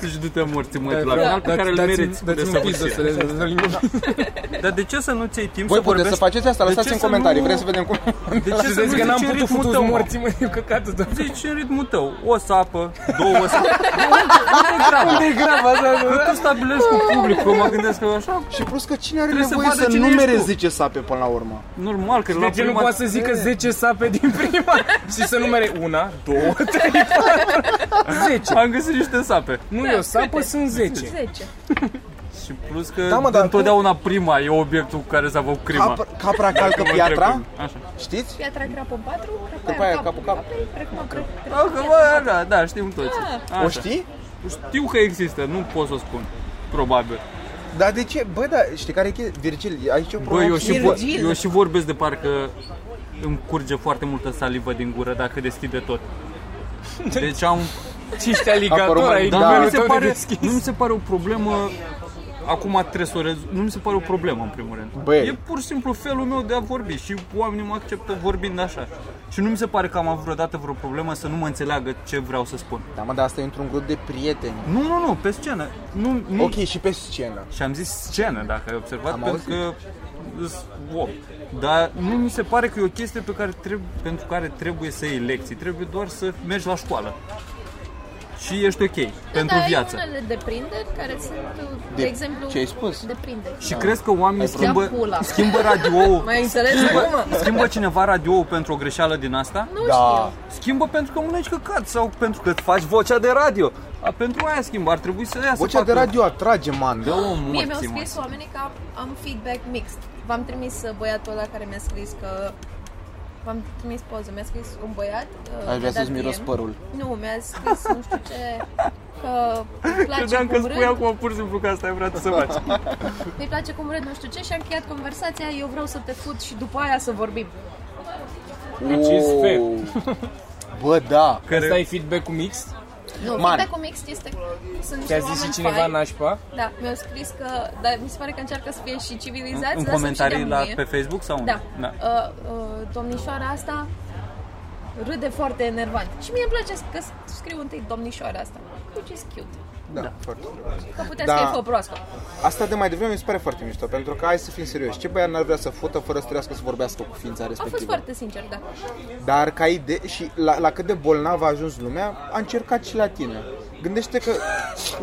[SPEAKER 4] Deci du-te morți mă la final pe care îl
[SPEAKER 3] Da, Dați-mi-
[SPEAKER 4] meriți cu
[SPEAKER 3] Dați-mi un pis de
[SPEAKER 4] desăvârșire.
[SPEAKER 3] să le- să le
[SPEAKER 4] Dar de ce să nu-ți iei timp
[SPEAKER 6] Voi
[SPEAKER 4] să
[SPEAKER 6] puteți
[SPEAKER 4] vorbești?
[SPEAKER 6] să faceți asta,
[SPEAKER 4] De
[SPEAKER 6] lăsați
[SPEAKER 4] ce
[SPEAKER 6] în
[SPEAKER 4] să
[SPEAKER 6] comentarii,
[SPEAKER 4] nu-
[SPEAKER 6] vrei să vedem cum...
[SPEAKER 4] De ce să
[SPEAKER 3] Vezi că
[SPEAKER 4] nu
[SPEAKER 3] n-am
[SPEAKER 4] zici în
[SPEAKER 3] putut
[SPEAKER 4] ritmul
[SPEAKER 3] futul
[SPEAKER 4] tău, mă?
[SPEAKER 3] morții, mă, eu căcatul, dar...
[SPEAKER 4] Zici în ritmul tău, o sapă, două sapă.
[SPEAKER 3] E grav
[SPEAKER 4] Că
[SPEAKER 3] asta,
[SPEAKER 4] tu stabilești cu publicul, mă gândesc că așa,
[SPEAKER 6] <laughs> Și plus că cine are
[SPEAKER 4] Trebuie să
[SPEAKER 6] nevoie
[SPEAKER 4] vadă
[SPEAKER 6] să,
[SPEAKER 4] cine
[SPEAKER 6] numere
[SPEAKER 4] ești tu.
[SPEAKER 6] 10 sape până la urmă?
[SPEAKER 4] normal că la
[SPEAKER 3] De ce nu
[SPEAKER 4] prima...
[SPEAKER 3] poate să zică 10 sape din prima? Și să numere una, două, trei, patru, 10.
[SPEAKER 4] Am găsit niște sape.
[SPEAKER 3] Nu, eu sapă <laughs> sunt 10.
[SPEAKER 5] 10.
[SPEAKER 4] Și plus că
[SPEAKER 6] Da, mă, dar
[SPEAKER 4] întotdeauna prima e obiectul cu care s-a făcut crima.
[SPEAKER 6] Capra, capra calcă
[SPEAKER 4] Mă
[SPEAKER 6] piatra,
[SPEAKER 4] întreb. Așa.
[SPEAKER 6] știți?
[SPEAKER 5] Piatra crapă în 4,
[SPEAKER 6] După
[SPEAKER 5] crapa
[SPEAKER 6] aia
[SPEAKER 5] aia în capul
[SPEAKER 6] capul cap.
[SPEAKER 5] capei, precum a cre- crapă
[SPEAKER 4] Da, că, bă, da, da, știm toți. Așa.
[SPEAKER 6] O știi?
[SPEAKER 4] Știu că există, nu pot să o spun. Probabil.
[SPEAKER 6] Dar de ce? Bă, da, știi care e chestia? Virgil, aici e o
[SPEAKER 4] Bă,
[SPEAKER 6] problemă.
[SPEAKER 4] eu și, vor,
[SPEAKER 5] Virgil.
[SPEAKER 4] eu și vorbesc de parcă îmi curge foarte multă salivă din gură dacă deschid de tot. Deci
[SPEAKER 6] <laughs>
[SPEAKER 4] am,
[SPEAKER 3] Și ești aligator,
[SPEAKER 6] Apără,
[SPEAKER 3] ai
[SPEAKER 6] da.
[SPEAKER 4] Dar nu,
[SPEAKER 3] nivelul
[SPEAKER 4] mi se
[SPEAKER 3] tău de
[SPEAKER 4] pare,
[SPEAKER 3] deschis.
[SPEAKER 4] nu mi se pare o problemă Acum trebuie să o rezolv. Nu mi se pare o problemă, în primul rând.
[SPEAKER 6] Băi.
[SPEAKER 4] E pur și simplu felul meu de a vorbi și oamenii mă acceptă vorbind așa. Și nu mi se pare că am avut vreodată vreo problemă să nu mă înțeleagă ce vreau să spun.
[SPEAKER 6] Da, mă, dar asta e într-un grup de prieteni.
[SPEAKER 4] Nu, nu, nu, pe scenă. Nu, nu.
[SPEAKER 6] Ok, și pe scenă.
[SPEAKER 4] Și am zis scenă, dacă ai observat,
[SPEAKER 6] Am
[SPEAKER 4] pentru că îs om. Dar nu mi se pare că e o chestie pe care trebu- pentru care trebuie să iei lecții. Trebuie doar să mergi la școală. Și ești ok pentru
[SPEAKER 5] da, ai
[SPEAKER 4] viață.
[SPEAKER 5] unele deprinderi care sunt, uh, de,
[SPEAKER 6] De-
[SPEAKER 5] exemplu,
[SPEAKER 6] ce ai spus?
[SPEAKER 5] Deprinderi.
[SPEAKER 4] Și crezi că oamenii schimbă,
[SPEAKER 5] prost. Ia pula.
[SPEAKER 4] schimbă radio
[SPEAKER 5] <laughs> Mai ai înțeles acum?
[SPEAKER 4] Schimbă cineva radio pentru o greșeală din asta?
[SPEAKER 5] Nu
[SPEAKER 6] Da.
[SPEAKER 5] știu.
[SPEAKER 4] Schimbă pentru că mănânci căcat sau pentru că îți faci vocea de radio. A, pentru aia schimbă, ar trebui să ia să
[SPEAKER 6] Vocea
[SPEAKER 4] facă.
[SPEAKER 6] de radio atrage, man.
[SPEAKER 4] Dă o
[SPEAKER 5] Mie mi-au
[SPEAKER 4] morții, mă.
[SPEAKER 5] scris oamenii că am, am feedback mixt. V-am trimis uh, băiatul ăla care mi-a scris că... V-am trimis poză, mi-a scris un băiat... Uh, mi-a
[SPEAKER 6] Ai vrea
[SPEAKER 5] dat
[SPEAKER 6] să-ți
[SPEAKER 5] DM.
[SPEAKER 6] miros părul.
[SPEAKER 5] Nu, mi-a scris nu știu ce... Că îmi place
[SPEAKER 4] <laughs> Credeam
[SPEAKER 5] cum
[SPEAKER 4] că
[SPEAKER 5] râd,
[SPEAKER 4] spui acum pur și simplu că asta ai vrea tu să <laughs> faci.
[SPEAKER 5] îi place cum râd, nu știu ce, și am încheiat conversația, eu vreau să te fut și după aia să vorbim.
[SPEAKER 3] is fair.
[SPEAKER 6] Wow. Bă, da.
[SPEAKER 3] Asta ai feedback-ul mix?
[SPEAKER 5] Nu,
[SPEAKER 6] Man.
[SPEAKER 5] feedback-ul mixt este... Sunt niște
[SPEAKER 3] Ți-a zis și
[SPEAKER 5] oameni
[SPEAKER 3] cineva
[SPEAKER 5] faini.
[SPEAKER 3] nașpa?
[SPEAKER 5] Da, mi-au scris că... Dar mi se pare că încearcă să fie și civilizați.
[SPEAKER 4] În
[SPEAKER 5] dar să-mi și
[SPEAKER 4] comentarii
[SPEAKER 5] dea
[SPEAKER 4] la,
[SPEAKER 5] mie.
[SPEAKER 4] pe Facebook sau unde?
[SPEAKER 5] Da. da. Uh, uh, domnișoara asta râde foarte enervant. Și mie îmi place că scriu întâi domnișoara asta. Which is cute.
[SPEAKER 6] Da, foarte frumos.
[SPEAKER 5] Că putea
[SPEAKER 6] Da.
[SPEAKER 5] da. să fie fă proastă.
[SPEAKER 6] Asta de mai devreme mi se pare foarte mișto, pentru că hai să fim serioși. Ce băiat n-ar vrea să fută fără să trească să vorbească cu ființa
[SPEAKER 5] A fost
[SPEAKER 6] respectivă?
[SPEAKER 5] foarte sincer, da.
[SPEAKER 6] Dar ca idee și la, la cât de bolnav a ajuns lumea, a încercat și la tine. Gândește că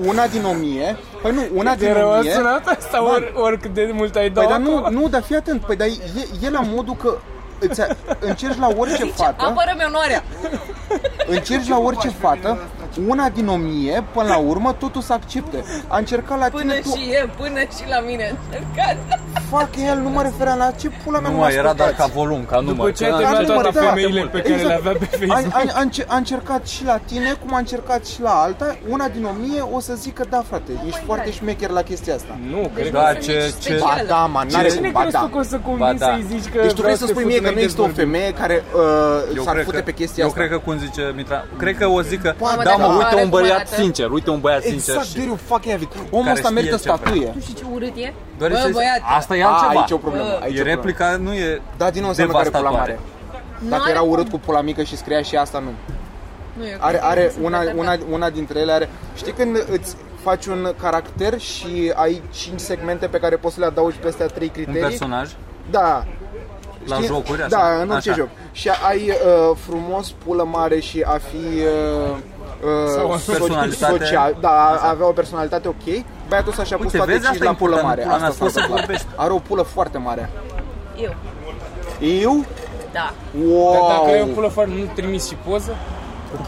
[SPEAKER 6] una din o mie, păi nu, una
[SPEAKER 3] Te
[SPEAKER 6] din
[SPEAKER 3] rău
[SPEAKER 6] o
[SPEAKER 3] a
[SPEAKER 6] mie,
[SPEAKER 3] sunat asta ori, oricât de mult ai
[SPEAKER 6] păi
[SPEAKER 3] dat
[SPEAKER 6] dar nu, nu, dar fii atent, păi dar e, e la modul că îți, încerci la orice fată,
[SPEAKER 5] Apără-mi onoarea!
[SPEAKER 6] încerci la orice fată, una din o mie, până la urmă, totul să accepte. A încercat la
[SPEAKER 5] Până
[SPEAKER 6] tine tu,
[SPEAKER 5] Deci și e, până și la mine. Încercați.
[SPEAKER 6] Fuck, el nu mă referea la ce pula mea
[SPEAKER 4] Nu
[SPEAKER 6] mă
[SPEAKER 4] mai era doar ca
[SPEAKER 6] ascultați?
[SPEAKER 4] volum, ca număr.
[SPEAKER 3] După ce ai
[SPEAKER 4] că-
[SPEAKER 3] terminat
[SPEAKER 6] număr,
[SPEAKER 3] toate
[SPEAKER 6] da.
[SPEAKER 3] femeile pe care
[SPEAKER 6] Exact.
[SPEAKER 3] le avea pe
[SPEAKER 6] a,
[SPEAKER 3] Facebook.
[SPEAKER 6] a, a, înce- a încercat și la tine, cum a încercat și la alta, una din o mie o să zică, da frate, ești
[SPEAKER 5] Oh my
[SPEAKER 6] foarte
[SPEAKER 5] God.
[SPEAKER 6] șmecher la chestia asta.
[SPEAKER 3] Nu, deci, cred că...
[SPEAKER 4] Da,
[SPEAKER 5] sunt
[SPEAKER 4] ce-
[SPEAKER 5] nici
[SPEAKER 4] ce-
[SPEAKER 6] Ba
[SPEAKER 5] specială.
[SPEAKER 6] da, man,
[SPEAKER 3] Dar
[SPEAKER 6] n-are
[SPEAKER 3] cine
[SPEAKER 6] cum, ba
[SPEAKER 3] crezi
[SPEAKER 6] da.
[SPEAKER 3] tu că o să convingi
[SPEAKER 4] da.
[SPEAKER 3] să-i zici că
[SPEAKER 6] Deci tu vrei
[SPEAKER 3] vreau
[SPEAKER 6] să
[SPEAKER 3] te
[SPEAKER 6] spui mie
[SPEAKER 3] fut
[SPEAKER 6] că nu
[SPEAKER 3] înainte
[SPEAKER 6] există o
[SPEAKER 3] de vorbim?
[SPEAKER 6] femeie care uh,
[SPEAKER 4] Eu
[SPEAKER 6] s-ar
[SPEAKER 4] cred
[SPEAKER 6] fute
[SPEAKER 4] că,
[SPEAKER 6] pe chestia
[SPEAKER 4] eu
[SPEAKER 6] asta?
[SPEAKER 4] cred că, cum zice Mitra, cred că o zică,
[SPEAKER 6] Mamă,
[SPEAKER 4] da,
[SPEAKER 6] dacă
[SPEAKER 4] mă,
[SPEAKER 6] mă
[SPEAKER 4] uite un
[SPEAKER 5] arăt
[SPEAKER 4] băiat
[SPEAKER 5] cum arată."
[SPEAKER 4] sincer, uite un băiat sincer.
[SPEAKER 6] Exact, dude, you fucking have it. Omul
[SPEAKER 4] Care
[SPEAKER 6] ăsta
[SPEAKER 4] știe
[SPEAKER 6] merită
[SPEAKER 4] ce vrea.
[SPEAKER 6] statuie.
[SPEAKER 5] Nu știu ce urât e.
[SPEAKER 4] Doar
[SPEAKER 5] Bă,
[SPEAKER 4] este-
[SPEAKER 5] băiat,
[SPEAKER 4] Asta e
[SPEAKER 6] A,
[SPEAKER 4] altceva.
[SPEAKER 6] aici e o problemă.
[SPEAKER 5] Bă.
[SPEAKER 6] Aici e
[SPEAKER 4] Uh. E
[SPEAKER 6] o problemă.
[SPEAKER 4] replica, nu e
[SPEAKER 6] Da, din nou înseamnă că are pula mare. Dacă
[SPEAKER 5] are
[SPEAKER 6] era
[SPEAKER 5] cum.
[SPEAKER 6] urât cu pula mică și scria și asta, nu.
[SPEAKER 5] nu e ok,
[SPEAKER 6] Are, are
[SPEAKER 5] sunt
[SPEAKER 6] una,
[SPEAKER 5] retardat.
[SPEAKER 6] una, una dintre ele are... Știi când îți faci un caracter și ai 5 segmente pe care poți să le adaugi peste astea 3
[SPEAKER 4] Un
[SPEAKER 6] criterii?
[SPEAKER 4] personaj
[SPEAKER 6] Da.
[SPEAKER 4] la
[SPEAKER 6] Știi?
[SPEAKER 4] jocuri, așa?
[SPEAKER 6] Da, în orice
[SPEAKER 4] Așa.
[SPEAKER 6] joc. Și ai uh, frumos, pulă mare și a fi... Uh,
[SPEAKER 4] Sau
[SPEAKER 6] Uh, so-
[SPEAKER 4] personalitate.
[SPEAKER 6] social, da, a- avea o personalitate ok Băiatul ăsta și-a pus
[SPEAKER 4] Uite,
[SPEAKER 6] toate
[SPEAKER 4] vezi,
[SPEAKER 6] 5
[SPEAKER 4] asta e
[SPEAKER 6] la pulă
[SPEAKER 4] important,
[SPEAKER 6] mare
[SPEAKER 4] pula mea,
[SPEAKER 6] Asta s-a
[SPEAKER 4] poți să
[SPEAKER 6] întâmplat.
[SPEAKER 4] vorbești.
[SPEAKER 6] Are o pulă foarte mare
[SPEAKER 5] Eu,
[SPEAKER 6] Eu?
[SPEAKER 5] da.
[SPEAKER 6] Wow!
[SPEAKER 3] Dar dacă ai o pulă foarte... Nu trimis și poză?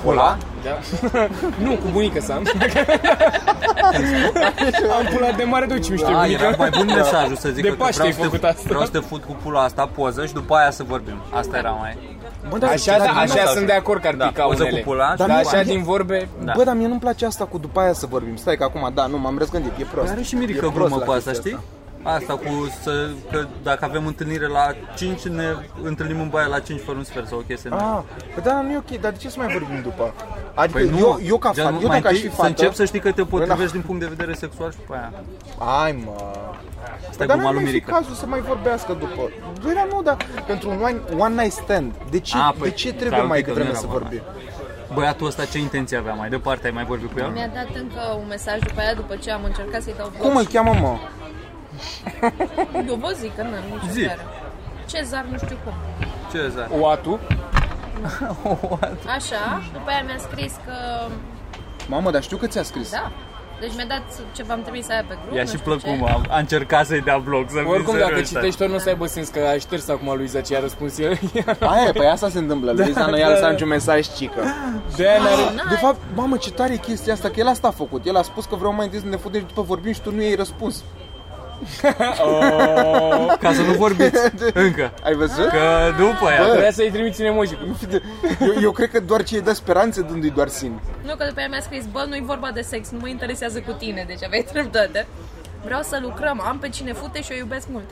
[SPEAKER 6] pula?
[SPEAKER 3] Da. <laughs> nu, cu bunica sa. Am pula de mare, duci miște
[SPEAKER 4] Da,
[SPEAKER 3] bunica.
[SPEAKER 4] era mai bun mesajul să zic
[SPEAKER 3] De
[SPEAKER 4] că
[SPEAKER 3] Paște
[SPEAKER 4] vreau,
[SPEAKER 3] ai
[SPEAKER 4] să te,
[SPEAKER 3] făcut asta.
[SPEAKER 4] vreau să te fut cu pula asta, poză și după aia să vorbim. Asta era mai...
[SPEAKER 6] Bă, dar
[SPEAKER 3] Așa, da, așa
[SPEAKER 4] mesajul.
[SPEAKER 3] sunt de acord că ar
[SPEAKER 4] Da,
[SPEAKER 3] pica
[SPEAKER 4] poză cu
[SPEAKER 3] unele.
[SPEAKER 4] pula și
[SPEAKER 3] Dar
[SPEAKER 4] după
[SPEAKER 3] așa
[SPEAKER 6] aia-
[SPEAKER 3] din vorbe...
[SPEAKER 4] Da.
[SPEAKER 6] Bă, dar mie nu-mi place asta cu după aia să vorbim. Stai că acum, da, nu, m-am răzgândit, e prost.
[SPEAKER 4] Are și
[SPEAKER 6] E
[SPEAKER 4] Mirica
[SPEAKER 6] prost
[SPEAKER 4] glumă
[SPEAKER 6] la
[SPEAKER 4] cu asta,
[SPEAKER 6] chestia
[SPEAKER 4] știi? Asta cu să, că dacă avem întâlnire la 5, ne întâlnim în baie la 5 fără un sfert sau o chestie. Ah,
[SPEAKER 6] Ah, bă, da, nu e ok, dar de ce să mai vorbim după? Adică eu, eu ca
[SPEAKER 4] Păi gen,
[SPEAKER 6] fan, eu
[SPEAKER 4] mai
[SPEAKER 6] dacă aș fi
[SPEAKER 4] întâi
[SPEAKER 6] fată...
[SPEAKER 4] Să încep să știi că te
[SPEAKER 6] Bă, da.
[SPEAKER 4] potrivești din punct de vedere sexual și după aia.
[SPEAKER 6] Ai, mă... Păi
[SPEAKER 4] Stai
[SPEAKER 6] dar
[SPEAKER 4] cu
[SPEAKER 6] nu
[SPEAKER 4] malul
[SPEAKER 6] mai fi
[SPEAKER 4] Mirica.
[SPEAKER 6] cazul să mai vorbească după. Durerea nu, dar pentru un one, one night stand, de ce,
[SPEAKER 4] Ah,
[SPEAKER 6] de
[SPEAKER 4] păi,
[SPEAKER 6] ce trebuie
[SPEAKER 4] clar,
[SPEAKER 6] mai
[SPEAKER 4] uite că
[SPEAKER 6] devreme
[SPEAKER 4] nu
[SPEAKER 6] să
[SPEAKER 4] era
[SPEAKER 6] vorbim?
[SPEAKER 4] Băiatul ăsta ce intenție avea mai departe? Ai mai vorbit cu el?
[SPEAKER 5] Mi-a dat încă un mesaj după aia, după ce am încercat să-i dau
[SPEAKER 6] Cum îl cheamă, mă?
[SPEAKER 5] Eu vă zic că n-am nicio
[SPEAKER 4] Zi.
[SPEAKER 5] stare. Cezar nu știu cum.
[SPEAKER 4] Ce zar?
[SPEAKER 3] Oatu?
[SPEAKER 5] Așa, după aia mi-a scris că...
[SPEAKER 6] Mamă, dar știu că ți-a scris.
[SPEAKER 5] Da. Deci mi-a dat ce v-am trimis aia pe grup.
[SPEAKER 4] I-a
[SPEAKER 5] nu
[SPEAKER 4] și
[SPEAKER 5] știu
[SPEAKER 4] plăcut,
[SPEAKER 5] ce.
[SPEAKER 4] mă. A- A încercat să-i dea blog, să
[SPEAKER 3] Oricum, dacă
[SPEAKER 4] ăsta.
[SPEAKER 3] citești, tot nu o să aibă sens că a șters acum Luiza ce a răspuns <laughs> el.
[SPEAKER 6] Aia, păi asta se
[SPEAKER 4] <laughs>
[SPEAKER 6] întâmplă.
[SPEAKER 4] Da,
[SPEAKER 6] Luiza nu i-a lăsat niciun mesaj, cică.
[SPEAKER 3] De aia n-are...
[SPEAKER 5] N-ai.
[SPEAKER 6] De fapt, mamă, ce tare e chestia asta, că el asta a făcut. El a spus că vreau mai întâi să ne futem și după vorbim și tu nu i-ai răspuns.
[SPEAKER 4] Ca să nu vorbiți
[SPEAKER 6] <laughs>
[SPEAKER 4] încă.
[SPEAKER 6] Ai văzut?
[SPEAKER 3] Ah.
[SPEAKER 4] Că după aia...
[SPEAKER 3] Vrea să-i trimiți un emoji.
[SPEAKER 6] Eu, eu cred că doar ce îi dă speranțe dându-i doar sin.
[SPEAKER 5] Nu, că după aia mi-a scris, bă, nu-i vorba de sex, nu mă interesează cu tine, deci aveai <laughs> dreptate. Vreau să lucrăm, am pe cine fute și o iubesc mult.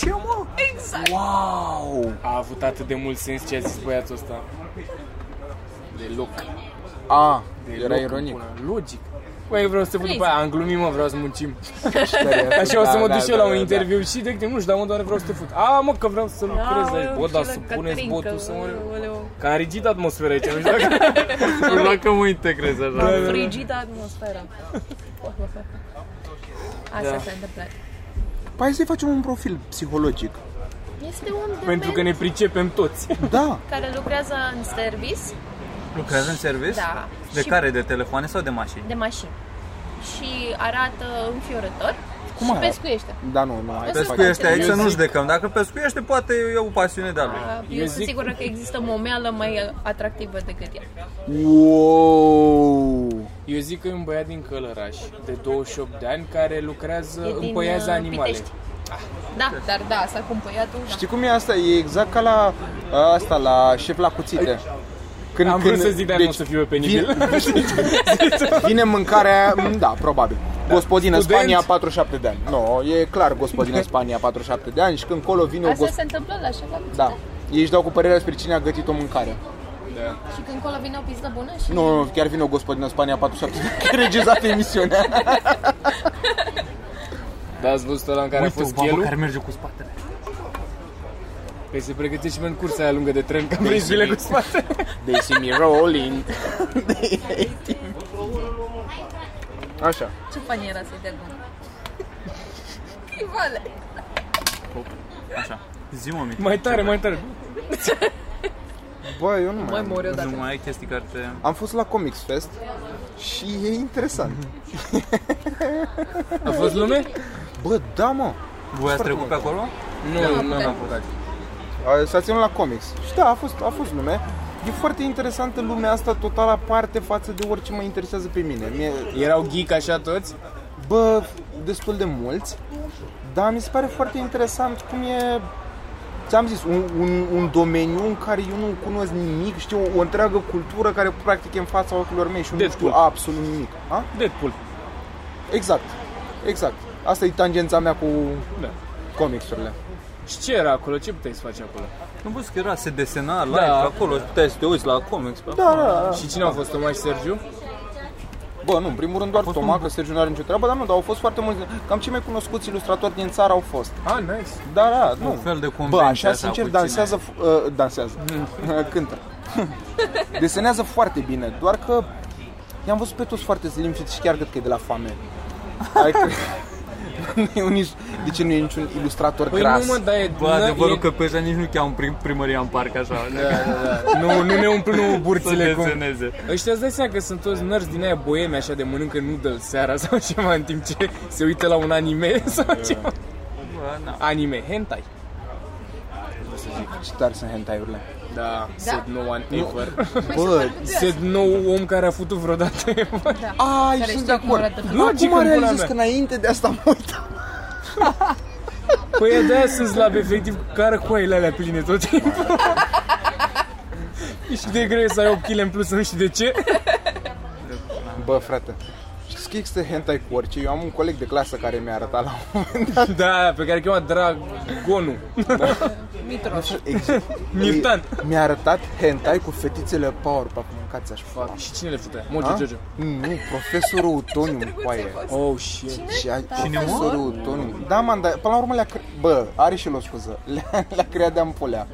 [SPEAKER 6] Ce, mă?
[SPEAKER 5] Exact!
[SPEAKER 6] Wow!
[SPEAKER 3] A avut atât de mult sens ce a zis băiatul ăsta. Deloc.
[SPEAKER 6] A, era
[SPEAKER 3] Deloc,
[SPEAKER 6] ironic.
[SPEAKER 3] până la- Logic. Băi, eu vreau să te fut după
[SPEAKER 5] Trist.
[SPEAKER 3] aia, am glumit, mă, vreau să muncim.
[SPEAKER 6] Tare,
[SPEAKER 3] <laughs> Așa o să
[SPEAKER 6] da,
[SPEAKER 3] mă
[SPEAKER 6] da,
[SPEAKER 3] duc și eu
[SPEAKER 6] da,
[SPEAKER 3] la un
[SPEAKER 6] da,
[SPEAKER 3] interviu și de câte, nu știu, dar mă doar vreau să te fut. A, mă, că vreau să lucrez aici. Bă, dar să puneți botul să mă... Că a rigid atmosfera aici, nu știu dacă... <laughs>
[SPEAKER 4] Urma că mă integrez așa.
[SPEAKER 5] Am frigit atmosfera. Asta s-a întâmplat.
[SPEAKER 6] da. Păi hai să-i facem un profil psihologic.
[SPEAKER 5] Este un dement
[SPEAKER 3] Pentru că ne pricepem toți.
[SPEAKER 6] Da,
[SPEAKER 5] care lucrează în service
[SPEAKER 4] Lucrează în service?
[SPEAKER 5] Da.
[SPEAKER 4] De
[SPEAKER 5] Și-
[SPEAKER 4] care? De telefoane sau de mașini?
[SPEAKER 5] de mașini și arată înfiorător
[SPEAKER 6] Cum
[SPEAKER 5] și
[SPEAKER 6] arată?
[SPEAKER 5] pescuiește.
[SPEAKER 6] da, nu, nu, hai
[SPEAKER 5] O
[SPEAKER 6] să
[SPEAKER 5] să
[SPEAKER 6] facem.
[SPEAKER 4] Pescuiește aici să
[SPEAKER 5] Eu
[SPEAKER 4] nu
[SPEAKER 3] zic-
[SPEAKER 4] judecăm. Dacă pescuiește, poate e o pasiune de-a lui.
[SPEAKER 5] Eu,
[SPEAKER 3] Eu
[SPEAKER 5] sunt
[SPEAKER 3] zic-
[SPEAKER 5] sigură că există momeală mai atractivă decât ea.
[SPEAKER 6] Wow!
[SPEAKER 3] Eu zic că e un băiat din Călăraș, de 28 de ani, care lucrează
[SPEAKER 5] E din,
[SPEAKER 3] în păiaza
[SPEAKER 5] uh,
[SPEAKER 3] animale.
[SPEAKER 5] Pitești. Da, dar da, s-a cumpăiat un...
[SPEAKER 6] Știi cum e asta? E exact ca la asta, la șef la cuțite. Deci Când,
[SPEAKER 3] Am vrut să zic, dar nu o să fiu eu penibil. <laughs>
[SPEAKER 6] Vine mâncarea, aia, mm, da, probabil. Gospodină
[SPEAKER 3] Student.
[SPEAKER 6] Spania 47 de ani. Nu, e clar <laughs> gospodină Spania 47 de ani și când colo vine o
[SPEAKER 5] Asta
[SPEAKER 6] gos...
[SPEAKER 5] se întâmplă la șefa pizza?
[SPEAKER 6] Da. Ei își dau cu părerea despre cine a gătit o mâncare.
[SPEAKER 5] Și când colo vine o pizdă bună și...
[SPEAKER 6] Nu, nu, chiar vine o gospodină Spania 47 de ani <laughs> care regizată emisiunea.
[SPEAKER 3] Da, ați văzut ăla în care a fost chelul?
[SPEAKER 4] merge cu spatele.
[SPEAKER 3] Că Păi se pregătește și pentru cursa aia lungă de tren, că am prins bile cu <laughs> spate.
[SPEAKER 6] They
[SPEAKER 3] Deci
[SPEAKER 6] see me rolling. Așa.
[SPEAKER 5] Ce fani era să-i dea <laughs> gumă? Ivale!
[SPEAKER 4] Așa. Zi mă, Mitru,
[SPEAKER 3] Mai
[SPEAKER 4] ce
[SPEAKER 3] tare,
[SPEAKER 4] vrei?
[SPEAKER 3] mai tare.
[SPEAKER 6] Bă, eu nu mai...
[SPEAKER 5] Mai mor eu
[SPEAKER 4] Nu
[SPEAKER 5] dacă...
[SPEAKER 4] mai ai chestii care te...
[SPEAKER 6] Am fost la Comics Fest și e interesant.
[SPEAKER 3] A fost lume?
[SPEAKER 6] Bă, da, mă.
[SPEAKER 4] Voi ați trecut pe acolo?
[SPEAKER 3] Nu, nu.
[SPEAKER 5] putem.
[SPEAKER 3] nu.
[SPEAKER 6] A, S-a ținut la comics. Și da, a fost, a fost lume. E foarte interesantă lumea asta total aparte față de orice mă interesează pe mine. Mie,
[SPEAKER 3] Erau geek așa toți?
[SPEAKER 6] bă, destul de mulți, Dar mi se pare foarte interesant cum e Ți-am zis, un, un, un domeniu în care eu nu cunosc nimic, știu o întreagă cultură care practic e în fața ochilor mei și eu nu
[SPEAKER 3] Deadpool.
[SPEAKER 6] știu absolut nimic. A?
[SPEAKER 3] Deadpool.
[SPEAKER 6] Exact, exact. Asta e tangența mea cu
[SPEAKER 3] Da.
[SPEAKER 6] comicsurile.
[SPEAKER 3] Și ce era acolo? Ce puteai să faci acolo?
[SPEAKER 4] Nu văd că era, se desena live acolo, și puteai să te uiți la comics. Pe
[SPEAKER 6] Da, da, da.
[SPEAKER 3] Și cine au fost Toma și Sergiu?
[SPEAKER 6] Bă, nu, în primul rând doar Toma, că Sergiu nu are nicio treabă, dar nu, dar au fost foarte mulți. Cam cei mai cunoscuți ilustratori din țară au fost.
[SPEAKER 3] Ah, nice.
[SPEAKER 6] Da, da, nu.
[SPEAKER 4] Un fel de convenție
[SPEAKER 6] Bă, așa,
[SPEAKER 4] asta
[SPEAKER 6] sincer,
[SPEAKER 4] cu
[SPEAKER 6] dansează, f- uh, dansează, <laughs> cântă. Desenează foarte bine, doar că i-am văzut pe toți foarte slimfiți și chiar cred că e de la foame. Adică, <laughs> nu e un, nici- de ce nu e niciun ilustrator
[SPEAKER 3] Păi
[SPEAKER 6] gras?
[SPEAKER 3] nu mă, dar e...
[SPEAKER 4] Bă,
[SPEAKER 3] n-
[SPEAKER 4] adevărul
[SPEAKER 3] e-
[SPEAKER 4] că pe ăștia nici nu cheamă prim, primăria în parc așa.
[SPEAKER 3] Nu, nu ne umplu nu
[SPEAKER 4] Să
[SPEAKER 3] burțile cum...
[SPEAKER 4] deseneze.
[SPEAKER 3] Ăștia îți dai seama că sunt toți nărți din aia boemi așa de mănâncă noodle seara sau ceva în timp ce se uită la un anime <laughs> sau ceva.
[SPEAKER 4] Bă, na.
[SPEAKER 3] Anime, hentai.
[SPEAKER 6] Ce tari sunt hentai-urile.
[SPEAKER 3] Da, said no one ever.
[SPEAKER 6] Bă,
[SPEAKER 3] Said no om care a făcut vreodată <laughs> ever.
[SPEAKER 6] ai,
[SPEAKER 5] Care
[SPEAKER 6] sunt de
[SPEAKER 5] știe cum
[SPEAKER 6] acord.
[SPEAKER 5] arată
[SPEAKER 6] Nu,
[SPEAKER 3] Logic,
[SPEAKER 6] acum
[SPEAKER 3] în pula
[SPEAKER 6] realizez
[SPEAKER 3] mea.
[SPEAKER 6] că înainte de asta mă uitam.
[SPEAKER 3] Păi de aia sunt slab, efectiv, care coaile alea pline tot timpul. Și de greu e să ai 8 kg în plus, nu știu de ce.
[SPEAKER 6] Bă, frate, știți că există hentai cu orice? Eu am un coleg de clasă care mi-a arătat la un moment dat.
[SPEAKER 3] Da, pe care îl cheamă Dragonu.
[SPEAKER 5] Mitroș.
[SPEAKER 6] Exact.
[SPEAKER 3] Mirtan.
[SPEAKER 6] Mi-a arătat hentai cu fetițele Powerpuff, mâncați aș fac.
[SPEAKER 3] Și cine le putea? Mojo Jojo.
[SPEAKER 6] Mm, Nu, profesorul
[SPEAKER 5] <laughs>
[SPEAKER 6] Utonium, coaie.
[SPEAKER 3] Oh, shit.
[SPEAKER 6] Și a,
[SPEAKER 5] Cine, mă?
[SPEAKER 6] profesorul Utonium. Da, man, dar până la urmă le-a cre... Bă, are și el o scuză. <laughs> Le-a, le-a creat de-a în pulea.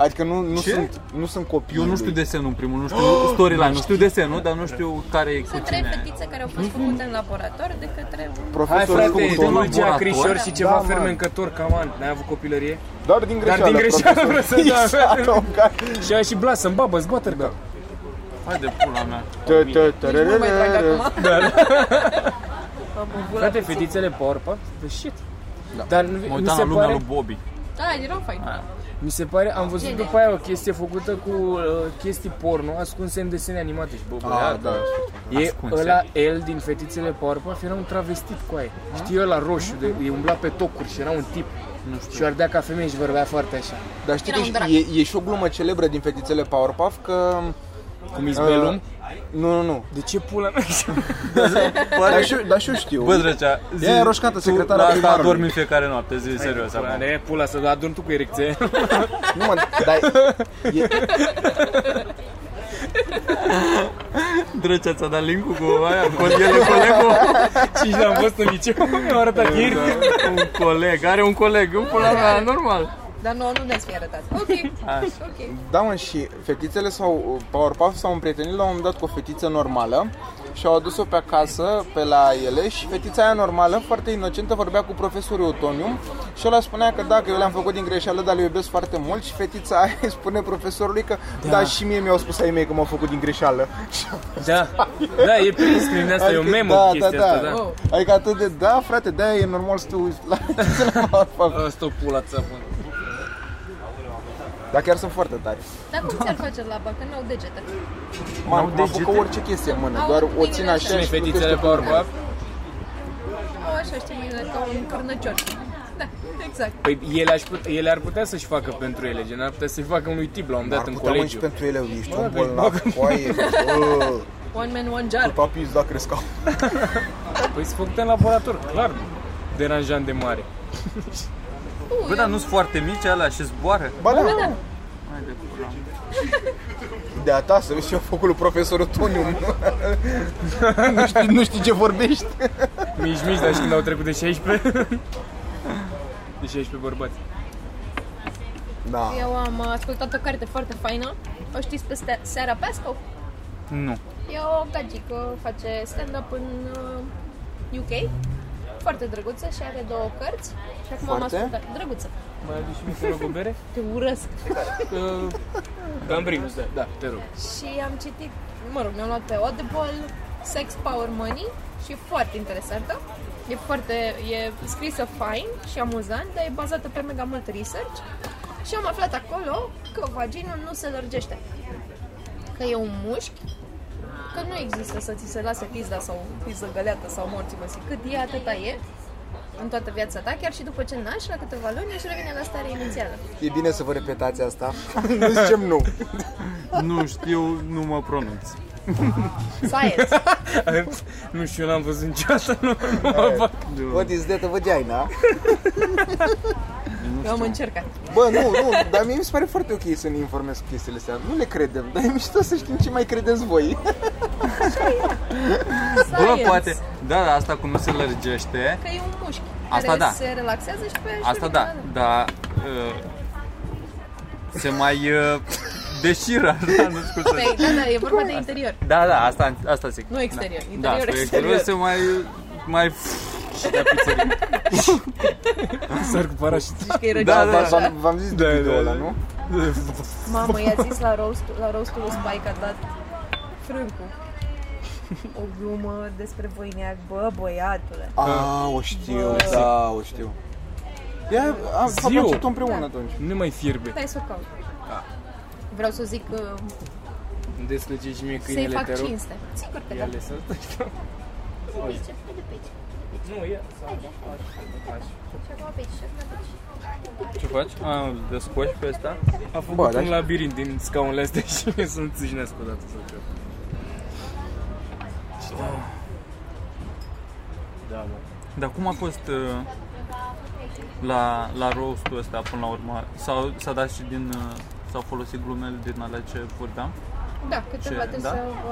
[SPEAKER 6] Adică nu, nu,
[SPEAKER 4] Ce?
[SPEAKER 6] sunt, nu sunt copii.
[SPEAKER 4] Eu nu știu desenul în primul, nu știu storyline, nu Oh! Da, știu desenul, dar nu știu care e cu
[SPEAKER 5] Sunt trei
[SPEAKER 4] cine.
[SPEAKER 5] fetițe care au fost făcute în laborator de către un...
[SPEAKER 3] Hai
[SPEAKER 6] Profesorul
[SPEAKER 3] frate,
[SPEAKER 4] un
[SPEAKER 6] Utonium.
[SPEAKER 4] laborator?
[SPEAKER 3] dulcea, acrișor și
[SPEAKER 6] Da,
[SPEAKER 3] ceva
[SPEAKER 6] man.
[SPEAKER 3] fermecător, caman. N-ai avut copilărie?
[SPEAKER 6] Doar din
[SPEAKER 3] Dar
[SPEAKER 6] greșeală.
[SPEAKER 3] din greșeală vreau să
[SPEAKER 6] <laughs>
[SPEAKER 3] da.
[SPEAKER 6] da.
[SPEAKER 3] Și ai și blasă în babă, zbater da.
[SPEAKER 4] Hai de pula mea.
[SPEAKER 5] Nu mai drag
[SPEAKER 6] Ah,
[SPEAKER 5] acum.
[SPEAKER 3] Frate, fetițele porpă, the shit.
[SPEAKER 6] Da.
[SPEAKER 3] Dar nu-
[SPEAKER 4] Mă
[SPEAKER 3] mi
[SPEAKER 4] uitam la
[SPEAKER 3] se,
[SPEAKER 4] lumea
[SPEAKER 3] pare,
[SPEAKER 4] lui Bobby.
[SPEAKER 5] Da, erau
[SPEAKER 6] Ah.
[SPEAKER 5] fain.
[SPEAKER 3] mi se pare, am văzut după aia o chestie făcută cu uh, chestii porno ascunse în desene animate și bă,
[SPEAKER 6] Ah,
[SPEAKER 3] bă,
[SPEAKER 6] da.
[SPEAKER 3] E
[SPEAKER 4] Ascunse.
[SPEAKER 3] ăla el din fetițele Powerpuff era un travestit cu aia. Știi ăla roșu, de, e umbla pe tocuri și era un tip. Nu știu. Și o ardea ca femeie și vorbea foarte așa.
[SPEAKER 6] Dar știi
[SPEAKER 5] Era un
[SPEAKER 6] că
[SPEAKER 5] drac.
[SPEAKER 6] și- e, e și o glumă celebră din fetițele Powerpuff că...
[SPEAKER 3] Cum
[SPEAKER 6] uh, Nu, nu, nu.
[SPEAKER 3] De ce pula mea? Păi,
[SPEAKER 6] Dar și, dar și eu știu.
[SPEAKER 4] Bă, drăcea, zi,
[SPEAKER 6] Ea e roșcată,
[SPEAKER 4] tu
[SPEAKER 6] secretara
[SPEAKER 4] la asta
[SPEAKER 6] primarului.
[SPEAKER 4] dormi în fiecare noapte, zi serios
[SPEAKER 3] Pula,
[SPEAKER 4] acum.
[SPEAKER 3] de pula să adorm tu cu <laughs> erecție.
[SPEAKER 6] Nu mă, dar e,
[SPEAKER 4] Drăcea ți-a dat link-ul cu aia, <laughs> cu el colegul,
[SPEAKER 3] Și am fost în liceu, mi-au arătat ieri.
[SPEAKER 4] un coleg, are un coleg, un pula mea, normal.
[SPEAKER 5] Dar nu, nu ne-ați fi arătat. Ok. Ok.
[SPEAKER 6] Da, mă, și fetițele sau Powerpuff s-au împrietenit la un moment dat cu o fetiță normală și au adus-o pe acasă, pe la ele și fetița aia normală, foarte inocentă, vorbea cu profesorul Otonium și ăla spunea că da, că eu le-am făcut din greșeală, dar le iubesc foarte mult și fetița aia îi spune profesorului că da, și mie mi-au spus ai mei că m-au făcut din greșeală.
[SPEAKER 3] Da, da, e prins prin asta, e o
[SPEAKER 6] Adică,
[SPEAKER 3] memă chestia asta, da.
[SPEAKER 5] Oh.
[SPEAKER 6] Adică atât de, da, frate, de e normal să te uiți la fetițele Powerpuff.
[SPEAKER 3] Asta o pula ți
[SPEAKER 6] Dar chiar sunt foarte tari.
[SPEAKER 5] Dar cum ți-ar face laba? Că n-au degete.
[SPEAKER 6] M-am m-am apucat orice chestie în mână, doar o țin așa
[SPEAKER 3] Cine
[SPEAKER 6] și nu
[SPEAKER 3] fetițele Powerpuff?
[SPEAKER 5] Au așa, știi, mâinile ca un cârnăcior. Da, exact.
[SPEAKER 3] Păi ele, aș put, ele ar putea să-și facă pentru ele, gen ar putea să-și facă unui tip la un moment dat
[SPEAKER 6] Ar
[SPEAKER 3] în
[SPEAKER 6] putea mă și
[SPEAKER 3] colegiu.
[SPEAKER 6] pentru ele, ești un bolnav, coaie, bă,
[SPEAKER 5] One man, one jar.
[SPEAKER 6] papi îți da cresca.
[SPEAKER 3] Păi se făcute în laborator, clar, deranjant de mare.
[SPEAKER 4] Bă, dar nu sunt foarte mici alea și zboară?
[SPEAKER 6] Ba da, de a ta să vezi ce a făcut lui profesorul Tonium. nu, știi, nu știi ce vorbești.
[SPEAKER 3] Mici, mici, dar și când au trecut <laughs> de 16 De 16 bărbați
[SPEAKER 6] Da.
[SPEAKER 5] Eu am uh, ascultat o carte foarte faină. O știți pe Ste- Seara Pasco?
[SPEAKER 4] Nu.
[SPEAKER 5] E o gagică, face stand-up în uh, UK. Foarte drăguță și are două cărți. Și acum am
[SPEAKER 6] Foarte?
[SPEAKER 5] ascultat. Drăguță.
[SPEAKER 3] Mai aduci și mie cu bere?
[SPEAKER 5] Te urăsc.
[SPEAKER 3] Gambrinus, da, da, te rog <laughs>
[SPEAKER 5] Și am citit, mă rog, mi-am luat pe Audible Sex, Power, Money și e foarte interesantă. E foarte, e scrisă fain și amuzant, dar e bazată pe mega mult research și am aflat acolo că vaginul nu se lărgește. Că e un mușchi, că nu există să ți se lase pizda sau pizdă găleată sau morții măsii, cât e atâta e în toată viața ta, chiar și după ce naști, la câteva luni, își revine la starea inițială.
[SPEAKER 6] E bine să vă repetați asta. <laughs> nu zicem nu.
[SPEAKER 4] Nu știu, nu mă pronunț.
[SPEAKER 5] Science.
[SPEAKER 3] Nu știu, n-am văzut niciodată, nu, nu mă fac.
[SPEAKER 6] What is that of vagina?
[SPEAKER 5] Eu am încercat.
[SPEAKER 6] Bă, nu, nu, dar mie mi se pare foarte ok să ne informez cu chestiile astea. Nu le credem, dar e mișto să știm ce mai credeți voi.
[SPEAKER 4] Bă,
[SPEAKER 5] Science.
[SPEAKER 4] poate, da, da, asta cum nu se lărgește,
[SPEAKER 5] Că e un mușchi
[SPEAKER 4] Asta
[SPEAKER 5] care
[SPEAKER 4] da.
[SPEAKER 5] se relaxează și pe aia își
[SPEAKER 4] asta
[SPEAKER 5] revine
[SPEAKER 4] da,
[SPEAKER 5] la-
[SPEAKER 4] dar uh, se mai uh, deșiră, <laughs> da, nu știu cum să
[SPEAKER 5] Păi, da, da, e vorba de interior.
[SPEAKER 4] Da, da, asta, asta zic.
[SPEAKER 5] Nu exterior,
[SPEAKER 4] da.
[SPEAKER 5] interior,
[SPEAKER 4] da, spre
[SPEAKER 5] exterior.
[SPEAKER 4] se mai...
[SPEAKER 5] <laughs>
[SPEAKER 4] mai și de pizzerie.
[SPEAKER 3] S-ar cu parașută.
[SPEAKER 5] Zici că e
[SPEAKER 4] Da,
[SPEAKER 5] da,
[SPEAKER 4] da,
[SPEAKER 6] V-
[SPEAKER 4] da.
[SPEAKER 6] V-am, v-am zis de
[SPEAKER 3] Da,
[SPEAKER 6] video
[SPEAKER 3] da,
[SPEAKER 6] ăla,
[SPEAKER 3] da.
[SPEAKER 6] nu?
[SPEAKER 5] Mamă, i-a zis la roast, la roastul lui Spike a dat frâncu. O glumă despre voiniac, bă, băiatule.
[SPEAKER 6] A, o știu, da, o știu. Ia, am
[SPEAKER 3] Ziu.
[SPEAKER 6] făcut împreună atunci.
[SPEAKER 3] Nu mai fierbe.
[SPEAKER 5] Hai să o caut.
[SPEAKER 4] Da.
[SPEAKER 5] Vreau să zic uh,
[SPEAKER 3] Deslăgeți și mie
[SPEAKER 5] să-i
[SPEAKER 3] câinele,
[SPEAKER 5] fac
[SPEAKER 3] te rog.
[SPEAKER 5] cinste. Sigur că
[SPEAKER 3] Ia
[SPEAKER 5] da.
[SPEAKER 3] le să Nu, ia.
[SPEAKER 4] Ce faci? A, descoși pe asta?
[SPEAKER 3] A făcut
[SPEAKER 6] Bă,
[SPEAKER 3] Bă,
[SPEAKER 6] dar-
[SPEAKER 3] un labirint din scaunele astea <laughs> și mie să-mi țâșnesc o dată sau ceva.
[SPEAKER 4] Dar cum a fost uh, la, la roastul ăsta până la urmă? S-au, s-a dat și din... Uh, s-au folosit glumele din alea ce vorbeam?
[SPEAKER 5] Da, câteva
[SPEAKER 4] Ce,
[SPEAKER 5] trebuie
[SPEAKER 4] da?
[SPEAKER 5] să uh,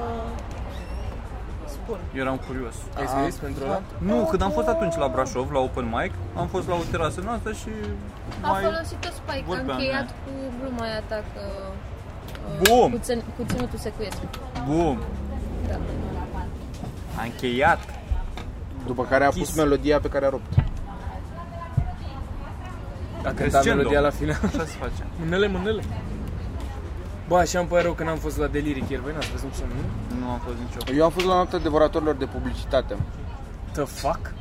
[SPEAKER 5] vă spun.
[SPEAKER 4] Eu eram curios.
[SPEAKER 3] Ai scris pentru ăla?
[SPEAKER 6] da.
[SPEAKER 4] Nu, când am fost atunci la Brașov, la open mic, am fost la o terasă noastră și
[SPEAKER 5] A
[SPEAKER 4] mai...
[SPEAKER 5] folosit-o Spike, a
[SPEAKER 4] vorbeam,
[SPEAKER 5] încheiat
[SPEAKER 4] da.
[SPEAKER 5] cu gluma aia ta că... uh,
[SPEAKER 4] Bum!
[SPEAKER 5] Cu, țin, cu ținutul secuiesc.
[SPEAKER 4] Bum!
[SPEAKER 5] Da.
[SPEAKER 4] A încheiat!
[SPEAKER 6] După care a pus
[SPEAKER 4] Kiss.
[SPEAKER 6] melodia pe care a rupt.
[SPEAKER 3] A cântat
[SPEAKER 4] Crescendo.
[SPEAKER 3] melodia la final. <laughs>
[SPEAKER 4] Așa se face.
[SPEAKER 3] Mânele, mânele. Bă, așa îmi pare rău că n-am fost la Deliric ieri. Voi n-ați văzut niciun nu?
[SPEAKER 4] Nu am fost nicio.
[SPEAKER 6] Eu am fost la noaptea devoratorilor de publicitate.
[SPEAKER 3] The fuck?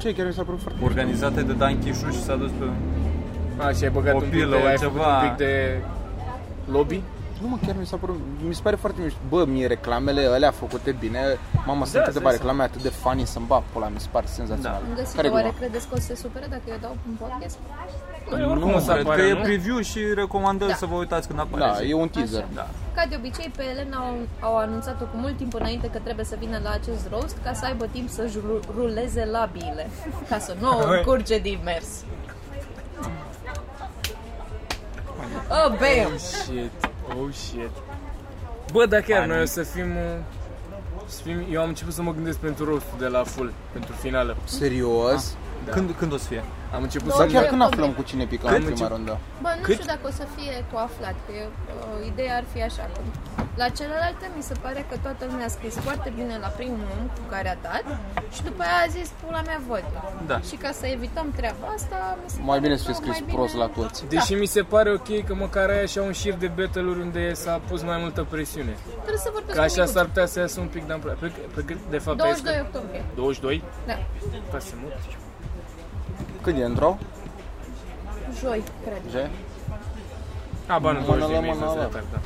[SPEAKER 6] Ce, chiar mi s-a părut foarte
[SPEAKER 4] Organizate de Dan Chișu și s-a dus pe...
[SPEAKER 3] A, și ai băgat
[SPEAKER 4] O
[SPEAKER 3] un pic
[SPEAKER 4] pilă,
[SPEAKER 3] de, ai
[SPEAKER 4] ceva.
[SPEAKER 3] făcut un pic de lobby?
[SPEAKER 6] Nu mă, chiar mi s-a părut, mi se pare foarte mișto. Bă, mie reclamele alea făcute bine, mamă, sunt
[SPEAKER 3] Da,
[SPEAKER 6] câteva
[SPEAKER 3] stai
[SPEAKER 6] reclame atât de funny să-mi bag pula, mi se pare senzațional.
[SPEAKER 5] Am găsit
[SPEAKER 6] Care-i
[SPEAKER 5] oare
[SPEAKER 6] gluma?
[SPEAKER 5] credeți că o să se supere dacă eu dau un podcast?
[SPEAKER 3] Păi, oricum o să
[SPEAKER 4] cred că
[SPEAKER 3] apare,
[SPEAKER 4] e
[SPEAKER 3] nu?
[SPEAKER 4] preview și recomandăm
[SPEAKER 5] Da.
[SPEAKER 4] să vă uitați când apare.
[SPEAKER 6] Da, e un teaser.
[SPEAKER 5] Așa.
[SPEAKER 4] Da.
[SPEAKER 5] Ca de obicei, pe Elena au, au anunțat-o cu mult timp înainte că trebuie să vină la acest roast ca să aibă timp să-și ru- ruleze labiile, ca să nu o curge din mers. Oh, bam!
[SPEAKER 3] Shit, oh shit. Bă, dar chiar noi o să fim, uh, să fim... Eu am început să mă gândesc pentru rostul de la full, pentru finală.
[SPEAKER 6] Serios?
[SPEAKER 3] Ah.
[SPEAKER 4] Când, când o să fie?
[SPEAKER 3] Am început
[SPEAKER 6] Sau
[SPEAKER 3] să...
[SPEAKER 6] Da, chiar
[SPEAKER 5] Doamne,
[SPEAKER 6] când aflăm
[SPEAKER 5] doamne.
[SPEAKER 6] cu cine picăm
[SPEAKER 3] Cât?
[SPEAKER 6] în prima
[SPEAKER 3] Cât?
[SPEAKER 6] rundă?
[SPEAKER 5] Bă, nu
[SPEAKER 3] Cât?
[SPEAKER 5] știu dacă o să fie cu aflat, că e, uh, ideea ar fi așa. Că la celelalte mi se pare că toată lumea a scris foarte bine la primul om cu care a dat și după aia a zis pula mea vot.
[SPEAKER 4] Da.
[SPEAKER 5] Și ca să evităm treaba asta, mi se
[SPEAKER 6] Mai
[SPEAKER 5] pare
[SPEAKER 6] bine
[SPEAKER 5] că
[SPEAKER 6] să fie scris
[SPEAKER 5] mai bine-
[SPEAKER 6] prost la toți.
[SPEAKER 3] Deși mi se pare ok că măcar ai așa un șir de battle unde s-a pus mai multă presiune.
[SPEAKER 5] Trebuie să vorbesc
[SPEAKER 3] Că așa
[SPEAKER 5] cu
[SPEAKER 3] s-ar putea să iasă un pic de amploare. Pe, pe, cât- de fapt, ai
[SPEAKER 5] 22
[SPEAKER 3] scăzut?
[SPEAKER 5] octombrie.
[SPEAKER 3] 22?
[SPEAKER 5] Da.
[SPEAKER 3] Ca să mut.
[SPEAKER 6] Ah, Când e într-o?
[SPEAKER 5] Joi, cred.
[SPEAKER 6] Ce?
[SPEAKER 3] A, ba nu,
[SPEAKER 6] Mână la
[SPEAKER 3] 22 mie,
[SPEAKER 6] mână
[SPEAKER 3] să se
[SPEAKER 6] la.
[SPEAKER 3] atac, da.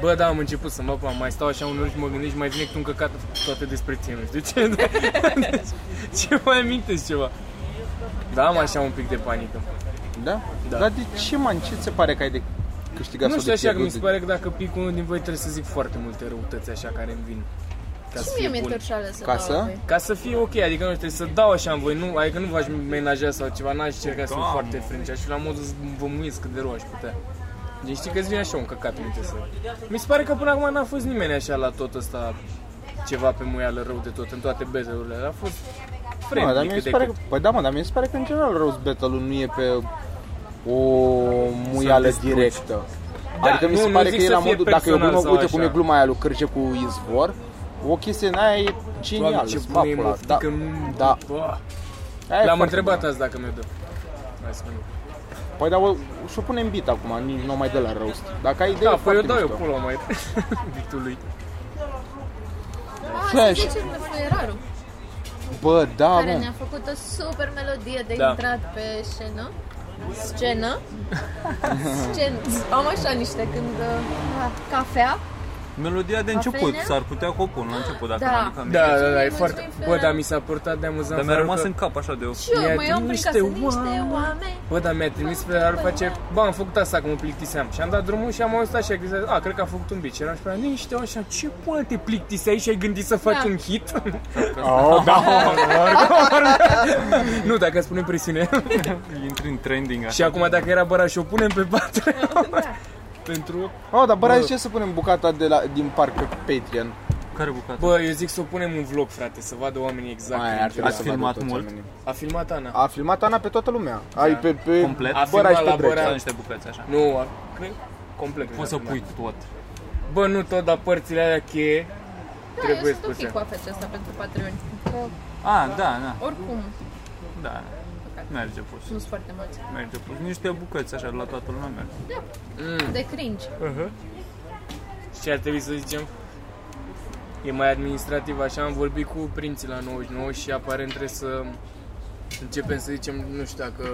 [SPEAKER 3] Bă, da, am început să mă pam, mai stau așa unor și mă gândesc și mai vine tu un căcat toate despre tine,
[SPEAKER 5] <laughs>
[SPEAKER 3] nu știu ce. ce mai amintești ceva? Da, am așa un pic de panică.
[SPEAKER 6] Da?
[SPEAKER 3] Da.
[SPEAKER 6] Dar de ce, man, ce ți se pare că ai de câștigat
[SPEAKER 3] nu
[SPEAKER 6] sau
[SPEAKER 3] știu
[SPEAKER 6] de
[SPEAKER 3] așa, că mi
[SPEAKER 6] pierdut?
[SPEAKER 3] se pare că dacă pic unul din voi trebuie să zic foarte multe răutăți așa care îmi vin. Ca
[SPEAKER 5] Și
[SPEAKER 3] să
[SPEAKER 5] mie
[SPEAKER 3] fie
[SPEAKER 5] mi-e
[SPEAKER 3] bun.
[SPEAKER 5] târșoală să
[SPEAKER 6] Ca să?
[SPEAKER 5] dau apoi.
[SPEAKER 3] Ca să fie ok, adică nu știu, să dau așa în voi, nu, adică nu v-aș menaja sau ceva, n-aș încerca să fiu
[SPEAKER 4] Doamne.
[SPEAKER 3] foarte frânci, aș fi la modul să vă muiesc cât de rău aș putea. Deci știi că îți vine așa un căcat în minte să... Mi se pare că până acum n-a fost nimeni așa la tot ăsta ceva pe muială rău de tot, în toate bezelurile, a fost
[SPEAKER 6] Mă, dar
[SPEAKER 3] friendly
[SPEAKER 6] mie mi
[SPEAKER 3] cât
[SPEAKER 6] se
[SPEAKER 3] de
[SPEAKER 6] pare
[SPEAKER 3] cât.
[SPEAKER 6] că, păi da, mă, dar mie mi se pare că în general Rose Battle-ul nu e pe o muială
[SPEAKER 4] distrugi.
[SPEAKER 6] directă.
[SPEAKER 3] Da,
[SPEAKER 6] adică mi se
[SPEAKER 3] nu- nu
[SPEAKER 6] pare
[SPEAKER 3] zic
[SPEAKER 6] că e
[SPEAKER 3] să
[SPEAKER 6] la
[SPEAKER 3] fie
[SPEAKER 6] modul, dacă e o
[SPEAKER 3] personal
[SPEAKER 6] glumă,
[SPEAKER 3] sau
[SPEAKER 6] uite cum
[SPEAKER 3] așa.
[SPEAKER 6] e gluma aia lui Cârce cu izvor, o chestie în aia e genială,
[SPEAKER 3] Doamne, ce bună e
[SPEAKER 6] spapula. Da,
[SPEAKER 3] moftică, nu-
[SPEAKER 6] da.
[SPEAKER 3] Bă.
[SPEAKER 6] Aia e
[SPEAKER 3] L-am
[SPEAKER 6] foarte
[SPEAKER 3] întrebat
[SPEAKER 6] bună.
[SPEAKER 3] azi dacă mi-o dă. Hai să nu.
[SPEAKER 6] Păi da, o- și-o pune în bit acum, nici nu o mai de la roast. Dacă ai idee,
[SPEAKER 3] Da,
[SPEAKER 6] e
[SPEAKER 3] păi eu
[SPEAKER 6] foarte
[SPEAKER 3] dau eu
[SPEAKER 6] mișto.
[SPEAKER 3] pula mai <laughs> victului.
[SPEAKER 5] Ah, să
[SPEAKER 6] Flash.
[SPEAKER 5] zicem lui Fluierarul,
[SPEAKER 6] Bă, da,
[SPEAKER 5] care
[SPEAKER 6] mă.
[SPEAKER 5] ne-a făcut o super melodie de
[SPEAKER 3] Da.
[SPEAKER 5] intrat pe scenă. Scenă. Scenă. Am așa niște când... uh, ah, Cafea.
[SPEAKER 4] Melodia de început,
[SPEAKER 5] Ofene?
[SPEAKER 4] s-ar putea că o pun la început, dacă
[SPEAKER 5] Da.
[SPEAKER 4] am mica mea.
[SPEAKER 3] Da, da, da, e
[SPEAKER 5] mulțumim,
[SPEAKER 3] foarte... Bă,
[SPEAKER 5] Florin.
[SPEAKER 3] dar mi s-a purtat de amuzant.
[SPEAKER 4] Dar mi-a
[SPEAKER 3] Florin,
[SPEAKER 4] rămas
[SPEAKER 3] că-
[SPEAKER 4] în cap așa de o...
[SPEAKER 5] Și eu
[SPEAKER 3] Mi-a
[SPEAKER 5] mă iau prin
[SPEAKER 3] trimis
[SPEAKER 5] casă
[SPEAKER 3] niște
[SPEAKER 5] niște
[SPEAKER 3] oameni.
[SPEAKER 5] oameni.
[SPEAKER 3] Bă, dar mi-a trimis pe ar face, bă, am făcut asta că mă plictiseam. Și am dat drumul și am auzit așa, că zicea, a, cred că a făcut un bici. Eram și pe la niște oameni și am, ce poate te plictiseai și ai gândit să faci
[SPEAKER 5] Da.
[SPEAKER 3] un
[SPEAKER 6] <laughs>
[SPEAKER 3] hit?
[SPEAKER 6] Oh, da.
[SPEAKER 3] nu, dacă spunem presiune.
[SPEAKER 4] Intri în trending
[SPEAKER 3] și
[SPEAKER 4] așa.
[SPEAKER 3] acum dacă era bara și o punem pe patru. Pentru...
[SPEAKER 6] Oh, dar bă, ce să punem bucata de la, din parc pe Patreon?
[SPEAKER 4] Care bucată?
[SPEAKER 3] Bă, eu zic să o punem în vlog, frate, să vadă oamenii exact.
[SPEAKER 6] Mai,
[SPEAKER 3] cum
[SPEAKER 6] ar trebui
[SPEAKER 3] e.
[SPEAKER 4] Ați
[SPEAKER 6] să vadă
[SPEAKER 4] filmat
[SPEAKER 6] toți
[SPEAKER 4] mult?
[SPEAKER 6] oamenii.
[SPEAKER 3] A filmat Ana.
[SPEAKER 6] A filmat Ana pe toată lumea. Ai pe, pe
[SPEAKER 4] Complet?
[SPEAKER 3] Da. A
[SPEAKER 6] Băra
[SPEAKER 3] filmat
[SPEAKER 6] și pe
[SPEAKER 3] la
[SPEAKER 6] Drag.
[SPEAKER 3] Băra.
[SPEAKER 4] Da, niște bucăți așa.
[SPEAKER 3] Nu, a, cred, complet.
[SPEAKER 4] Poți să
[SPEAKER 3] a filmat.
[SPEAKER 4] pui tot.
[SPEAKER 3] Bă, nu tot, dar părțile alea cheie.
[SPEAKER 5] Da,
[SPEAKER 3] Trebuie
[SPEAKER 5] eu sunt
[SPEAKER 3] spuse.
[SPEAKER 5] ok cu afacea asta pentru Patreon.
[SPEAKER 4] A, da, da,
[SPEAKER 5] Oricum,
[SPEAKER 4] da. Merge pus.
[SPEAKER 5] nu sunt foarte mulți.
[SPEAKER 4] Merge pus. Niște bucăți așa la toată lumea merge. <laughs>
[SPEAKER 5] Da, de cringe.
[SPEAKER 3] Și ce ar trebui să zicem? E mai administrativ, așa, am vorbit cu prinții la 99 și aparent trebuie să începem să zicem, nu știu dacă...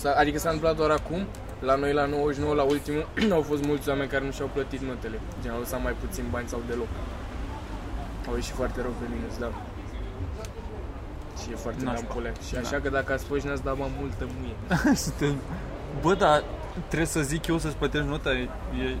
[SPEAKER 3] s-a- Adică s-a întâmplat doar acum, la noi la 99, la ultimul, <clears throat> au fost mulți oameni care nu și-au plătit notele. Gen, au lăsat mai puțin bani sau deloc. Au ieșit foarte rău pe minus, da. Și e foarte
[SPEAKER 4] Nașpa. Da.
[SPEAKER 3] dampulea. Și așa că dacă ați fost și n-ați dat bani, multă muie.
[SPEAKER 4] Suntem... Bă, dar trebuie să zic eu să-ți plătești nota. E, e...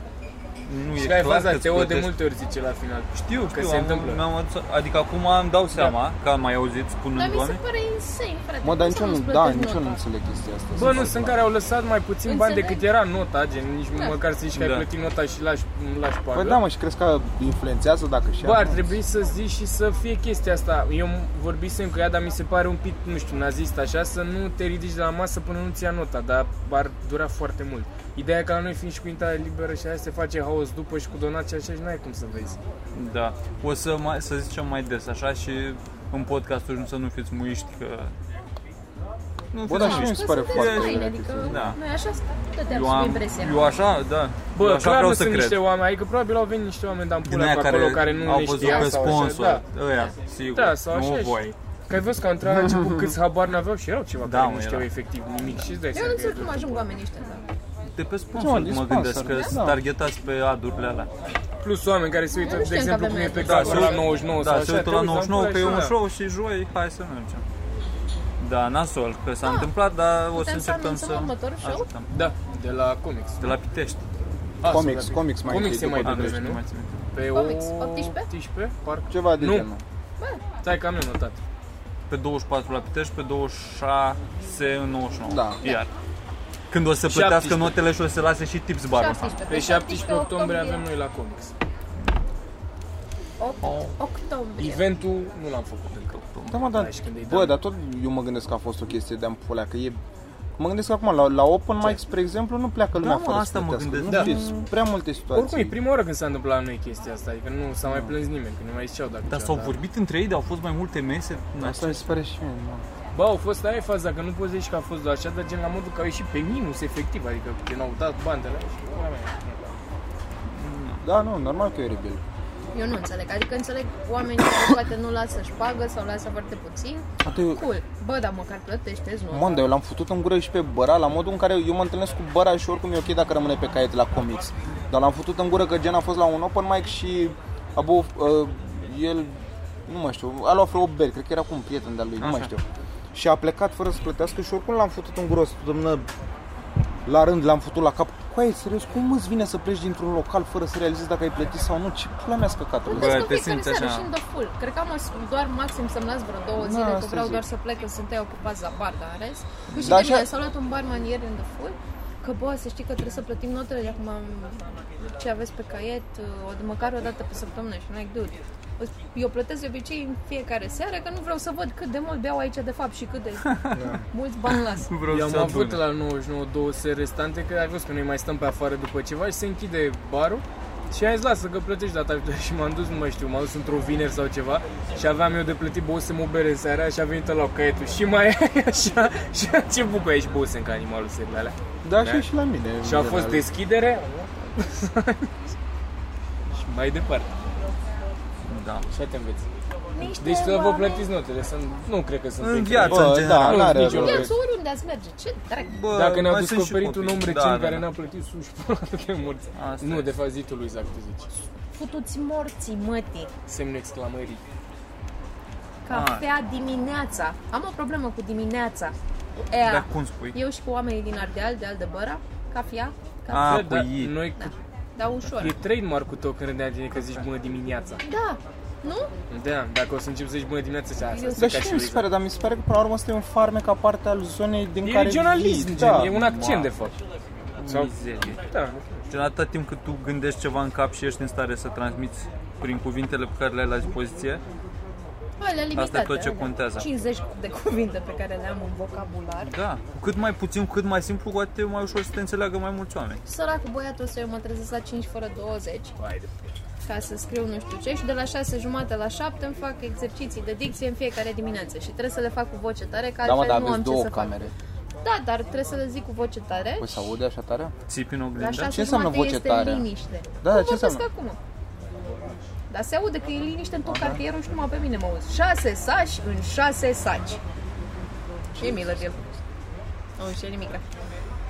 [SPEAKER 4] Nu
[SPEAKER 3] Și
[SPEAKER 4] e
[SPEAKER 3] ca e
[SPEAKER 4] Păi, clar
[SPEAKER 3] faza,
[SPEAKER 4] că-ți
[SPEAKER 3] Teo de
[SPEAKER 4] plătești.
[SPEAKER 3] multe da, ori zice la final.
[SPEAKER 4] Știu, știu,
[SPEAKER 3] că se
[SPEAKER 4] am,
[SPEAKER 3] întâmplă. Da.
[SPEAKER 4] Mi-am adus, adică acum îmi dau seama că am mai auzit
[SPEAKER 5] Dar
[SPEAKER 4] spunând
[SPEAKER 5] mi se
[SPEAKER 4] oameni.
[SPEAKER 5] pare insane, frate.
[SPEAKER 6] Mă, dar
[SPEAKER 5] Cum
[SPEAKER 6] nici
[SPEAKER 5] să
[SPEAKER 6] eu nu,
[SPEAKER 5] nu-ți
[SPEAKER 6] da,
[SPEAKER 5] plătești
[SPEAKER 6] nici eu nu
[SPEAKER 5] nota?
[SPEAKER 6] înțeleg chestia asta.
[SPEAKER 3] Bă, nu, sunt care au lăsat mai puțin bani
[SPEAKER 5] Înțeleg.
[SPEAKER 3] decât era nota, gen, nici
[SPEAKER 5] Da.
[SPEAKER 3] măcar să zici că
[SPEAKER 4] Da.
[SPEAKER 3] ai plătit nota și lași, lași pagă.
[SPEAKER 6] Păi da, mă, și crezi că influențează dacă și
[SPEAKER 3] Bă,
[SPEAKER 6] ea-
[SPEAKER 3] ar trebui să zici și să fie chestia asta. Eu vorbisem cu ea, dar mi se pare un pic, nu știu, nazist așa, să nu te ridici de la masă până nu-ți ia nota, dar ar dura foarte mult. Ideea e că la noi fiind și cu intrare liberă și aia se face haos după și cu donații așa și n-ai cum să vezi.
[SPEAKER 4] Da. O să, mai, să zicem mai des așa și în podcastul să nu fiți muiști că... Nu
[SPEAKER 6] Bă,
[SPEAKER 4] fiți
[SPEAKER 6] dar și
[SPEAKER 4] muiști.
[SPEAKER 6] mie mi se pare
[SPEAKER 5] Că
[SPEAKER 6] foarte
[SPEAKER 5] sunteți
[SPEAKER 6] bine.
[SPEAKER 5] faini, adică
[SPEAKER 4] Da.
[SPEAKER 5] noi așa stăteam
[SPEAKER 4] Eu,
[SPEAKER 5] sub
[SPEAKER 4] am,
[SPEAKER 5] impresia.
[SPEAKER 4] eu așa, da.
[SPEAKER 3] Bă,
[SPEAKER 4] eu așa
[SPEAKER 3] clar
[SPEAKER 4] vreau
[SPEAKER 3] nu
[SPEAKER 4] să
[SPEAKER 3] sunt
[SPEAKER 4] cred.
[SPEAKER 3] niște oameni, adică probabil au venit niște oameni, dar
[SPEAKER 4] Din
[SPEAKER 3] pula
[SPEAKER 4] aia
[SPEAKER 3] pe acolo care, nu
[SPEAKER 4] au
[SPEAKER 3] le
[SPEAKER 4] văzut
[SPEAKER 3] știa
[SPEAKER 4] pe
[SPEAKER 3] sau așa,
[SPEAKER 4] sponsor,
[SPEAKER 3] da.
[SPEAKER 4] ăia, sigur.
[SPEAKER 3] Da, sau
[SPEAKER 4] nu
[SPEAKER 3] așa,
[SPEAKER 4] voi.
[SPEAKER 3] știi? Că ai văzut că într-un început câți habar n-aveau și erau ceva
[SPEAKER 4] Da,
[SPEAKER 3] care
[SPEAKER 4] mă,
[SPEAKER 3] nu știau
[SPEAKER 4] era.
[SPEAKER 3] efectiv nimic și îți dai
[SPEAKER 5] Eu nu
[SPEAKER 3] seama că
[SPEAKER 5] înțeleg cum
[SPEAKER 3] e-
[SPEAKER 5] ajung oamenii ăștia. da.
[SPEAKER 4] De pe
[SPEAKER 6] Ce, mă,
[SPEAKER 4] sponsor
[SPEAKER 6] din
[SPEAKER 4] mă
[SPEAKER 6] sponsor,
[SPEAKER 4] gândesc că
[SPEAKER 6] da.
[SPEAKER 4] sunt targetați pe adurile alea.
[SPEAKER 3] Plus oameni care se uită,
[SPEAKER 5] Nu
[SPEAKER 3] de
[SPEAKER 5] știam că
[SPEAKER 3] exemplu,
[SPEAKER 5] avem
[SPEAKER 3] cum e pe
[SPEAKER 5] Da,
[SPEAKER 4] Da,
[SPEAKER 3] da,
[SPEAKER 4] se
[SPEAKER 5] acolo
[SPEAKER 3] la
[SPEAKER 4] uită-
[SPEAKER 3] 99
[SPEAKER 4] da,
[SPEAKER 3] Da, sau
[SPEAKER 4] se
[SPEAKER 3] așa,
[SPEAKER 4] uită
[SPEAKER 3] da. te
[SPEAKER 4] la
[SPEAKER 3] uiți,
[SPEAKER 4] 99
[SPEAKER 3] am
[SPEAKER 4] că e un
[SPEAKER 3] pula și
[SPEAKER 4] show și joi, hai să mergem. Da, nasol, că s-a întâmplat, dar o să
[SPEAKER 5] Putem să
[SPEAKER 4] începem
[SPEAKER 5] anunțăm
[SPEAKER 4] să
[SPEAKER 5] următorul show?
[SPEAKER 4] ajutăm.
[SPEAKER 3] Da, de la Comics.
[SPEAKER 4] De la Pitești.
[SPEAKER 3] Ah,
[SPEAKER 6] Comics,
[SPEAKER 3] sau la-
[SPEAKER 6] comics mai
[SPEAKER 3] Comics e
[SPEAKER 6] întâi,
[SPEAKER 3] mai
[SPEAKER 6] după
[SPEAKER 4] A, nu
[SPEAKER 3] devreme,
[SPEAKER 4] știu, nu
[SPEAKER 3] nu?
[SPEAKER 4] mai țin minte.
[SPEAKER 3] Pe
[SPEAKER 5] Comics,
[SPEAKER 3] o-
[SPEAKER 5] 18?
[SPEAKER 3] 18, parcă.
[SPEAKER 6] Ceva de
[SPEAKER 3] Nu.
[SPEAKER 6] genul.
[SPEAKER 3] Stai că am eu notat.
[SPEAKER 5] Păi,
[SPEAKER 4] Pe 24 la Pitești, pe 26 în 99.
[SPEAKER 6] Da.
[SPEAKER 4] Iar. Când o să plătească
[SPEAKER 3] 17.
[SPEAKER 4] notele și o să lase și tips barul ăsta.
[SPEAKER 5] 17,
[SPEAKER 3] Pe 17 Păi octombrie avem noi la Comics.
[SPEAKER 5] Oct- Octombrie.
[SPEAKER 3] Eventul nu l-am făcut încă.
[SPEAKER 6] Da, mă, dar,
[SPEAKER 3] Da, și când îi
[SPEAKER 6] bă,
[SPEAKER 3] dăm-
[SPEAKER 6] dar tot eu mă gândesc că a fost o chestie de ampulea, că e Mă gândesc acum, la, la open mic, spre exemplu, nu pleacă lumea
[SPEAKER 4] mă,
[SPEAKER 6] fără
[SPEAKER 4] asta
[SPEAKER 6] să
[SPEAKER 4] mă
[SPEAKER 6] plătească.
[SPEAKER 4] gândesc,
[SPEAKER 6] Nu
[SPEAKER 4] da.
[SPEAKER 6] știu, sunt prea multe situații.
[SPEAKER 3] Oricum, e prima oară când s-a întâmplat la noi chestia asta, adică nu s-a mai plâns nimeni, că nu mai ziceau dacă
[SPEAKER 4] Dar
[SPEAKER 3] ceva,
[SPEAKER 4] Da, s-au vorbit între ei, dar au fost mai multe mese. în
[SPEAKER 6] Asta mi se pare și mie, mă.
[SPEAKER 3] Bă, au fost, aia e faza, că nu poți zici că a fost doar așa, dar gen la modul că au ieșit pe minus, efectiv, adică gen au dat bandele și pula mea.
[SPEAKER 6] Da, nu, normal că e oribil.
[SPEAKER 5] Eu nu înțeleg. Adică înțeleg oamenii care poate nu lasă și pagă sau lasă foarte puțin.
[SPEAKER 6] Atât eu-
[SPEAKER 5] Cool. Bă, dar măcar plătește nu.
[SPEAKER 6] Mă, dar eu l-am futut în gură și pe Băra la modul în care eu mă întâlnesc cu Băra și oricum e ok dacă rămâne pe caiet la comics. Dar l-am futut în gură că gen a fost la un open mic și abu, uh, el, nu mai știu, a luat vreo beri, cred că era cu un prieten de-al lui, nu mai știu. Și a plecat fără să plătească și oricum l-am futut în gură o săptămână la rând, l-am futut la cap. Coaie, serios, cum îți vine să pleci dintr-un local fără să realizezi dacă ai plătit sau nu? Ce pula mea scăcată?
[SPEAKER 4] Bă,
[SPEAKER 5] Nu vezi că
[SPEAKER 4] te
[SPEAKER 5] fiecare
[SPEAKER 4] simți
[SPEAKER 5] seară
[SPEAKER 4] așa.
[SPEAKER 5] și de full. Cred că am o- doar maxim să-mi las vreo două
[SPEAKER 6] Na,
[SPEAKER 5] zile, că
[SPEAKER 6] asta
[SPEAKER 5] vreau
[SPEAKER 6] zic.
[SPEAKER 5] doar să plec, că sunt eu ocupat la bar, dar în rest. Cu și
[SPEAKER 6] Da,
[SPEAKER 5] de mine,
[SPEAKER 6] așa-
[SPEAKER 5] s-a luat un barman ieri în de full, că bă, să știi că trebuie să plătim notele de acum ce aveți pe caiet, o, măcar o dată pe săptămână și noi, dude, eu plătesc de obicei în fiecare seară că nu vreau să văd cât de mult beau aici de fapt și cât
[SPEAKER 6] <laughs>
[SPEAKER 5] de
[SPEAKER 6] Da.
[SPEAKER 5] mulți bani las.
[SPEAKER 4] Nu vreau
[SPEAKER 3] Eu
[SPEAKER 4] să
[SPEAKER 3] am avut
[SPEAKER 4] adun.
[SPEAKER 3] la 99 două seri restante, că ai văzut că noi mai stăm pe afară după ceva și se închide barul. Și ai zis, lasă că plătești data viitoare <laughs> și m-am dus, nu mai știu, m-am dus într-o vineri sau ceva și aveam eu de plătit bosem o bere seara și a venit la caietul și mai <laughs> ai așa și a început cu ești bosem ca animalul serile alea.
[SPEAKER 6] Da, așa e și la mine. în
[SPEAKER 3] Și a
[SPEAKER 6] general.
[SPEAKER 3] fost deschidere <laughs> și mai departe.
[SPEAKER 4] Da.
[SPEAKER 3] Și te înveți.
[SPEAKER 5] Niște
[SPEAKER 3] Deci să vă
[SPEAKER 5] oameni-
[SPEAKER 3] plătiți notele, sunt, nu cred că sunt
[SPEAKER 4] În
[SPEAKER 3] secrete.
[SPEAKER 4] viață,
[SPEAKER 6] Bă,
[SPEAKER 4] în general.
[SPEAKER 6] da,
[SPEAKER 3] Nu,
[SPEAKER 6] n-are
[SPEAKER 3] nici eu nu
[SPEAKER 6] rost.
[SPEAKER 3] cred.
[SPEAKER 5] Viața oriunde ați merge, ce dracu.
[SPEAKER 4] Bă,
[SPEAKER 3] Dacă ne-a
[SPEAKER 4] mai sunt și
[SPEAKER 3] descoperit un
[SPEAKER 4] copii.
[SPEAKER 3] om
[SPEAKER 4] Da,
[SPEAKER 3] recent
[SPEAKER 4] da,
[SPEAKER 3] care
[SPEAKER 4] da.
[SPEAKER 3] n-a plătit suși până la de morți.
[SPEAKER 4] Asta
[SPEAKER 3] Nu,
[SPEAKER 4] e.
[SPEAKER 3] de fapt zi tu lui Zac, tu zici.
[SPEAKER 5] futuți morții, mătii.
[SPEAKER 3] Semnul exclamării.
[SPEAKER 5] Cafea
[SPEAKER 4] Ah.
[SPEAKER 5] dimineața. Am o problemă cu dimineața. Ea.
[SPEAKER 4] Dar cum spui?
[SPEAKER 5] Da. Eu și cu oamenii din Ardeal, de Aldăbăra, cafea, cafea,
[SPEAKER 4] A, păi
[SPEAKER 3] Da,
[SPEAKER 4] cu
[SPEAKER 3] da,
[SPEAKER 4] ei.
[SPEAKER 3] Noi
[SPEAKER 5] da.
[SPEAKER 3] cu
[SPEAKER 5] Dar ușor.
[SPEAKER 3] E trademark-ul tău când râdea tine că zici bună dimineața.
[SPEAKER 5] Da, nu?
[SPEAKER 3] Da, dacă o să începi să zici bună dimineața, ți asta.
[SPEAKER 5] Eu-
[SPEAKER 3] se
[SPEAKER 6] Dar
[SPEAKER 3] ca
[SPEAKER 6] și mi se
[SPEAKER 3] Luiza.
[SPEAKER 6] pare, dar mi se pare că până la urmă este un farmec ca parte al zonei din
[SPEAKER 3] E
[SPEAKER 6] care
[SPEAKER 3] regionalism,
[SPEAKER 6] vii,
[SPEAKER 3] gen,
[SPEAKER 6] da.
[SPEAKER 3] e un accent de fapt. Sau,
[SPEAKER 4] Mizerie.
[SPEAKER 3] da,
[SPEAKER 4] Gen, atâta timp cât tu gândești ceva în cap și ești în stare să transmiți prin cuvintele pe care le ai la dispoziție,
[SPEAKER 5] Alea limitate.
[SPEAKER 4] Asta e tot ce contează.
[SPEAKER 5] 50 de cuvinte pe care le am în vocabular.
[SPEAKER 4] da, cu cât mai puțin, cu cât mai simplu, cu atât e mai ușor să te înțeleagă mai mulți oameni.
[SPEAKER 5] Săracul băiatul să eu mă trezesc la 5 fără 20 ca să scriu nu știu ce și de la 6 jumate la 7 îmi fac exerciții de dicție în fiecare dimineață și trebuie să le fac cu voce tare că
[SPEAKER 6] Da, mă,
[SPEAKER 5] altfel
[SPEAKER 6] dar
[SPEAKER 5] nu am
[SPEAKER 6] aveți
[SPEAKER 5] ce
[SPEAKER 6] două
[SPEAKER 5] să
[SPEAKER 6] camere.
[SPEAKER 5] fac. Da, dar trebuie să le zic cu voce tare.
[SPEAKER 6] Păi se aude așa tare?
[SPEAKER 4] Țipi în
[SPEAKER 5] La
[SPEAKER 4] oglindă?
[SPEAKER 5] 6
[SPEAKER 6] Ce înseamnă
[SPEAKER 5] jumate
[SPEAKER 6] voce
[SPEAKER 5] este
[SPEAKER 6] tare?
[SPEAKER 5] liniște.
[SPEAKER 6] Da,
[SPEAKER 5] Cum
[SPEAKER 6] ce
[SPEAKER 5] vorbesc
[SPEAKER 6] înseamnă?
[SPEAKER 5] acum? Dar se aude că e liniște în tot cartierul și numai pe mine mă auzi. 6 saci în 6 saci. Și e milă de el. Nu știu nimic.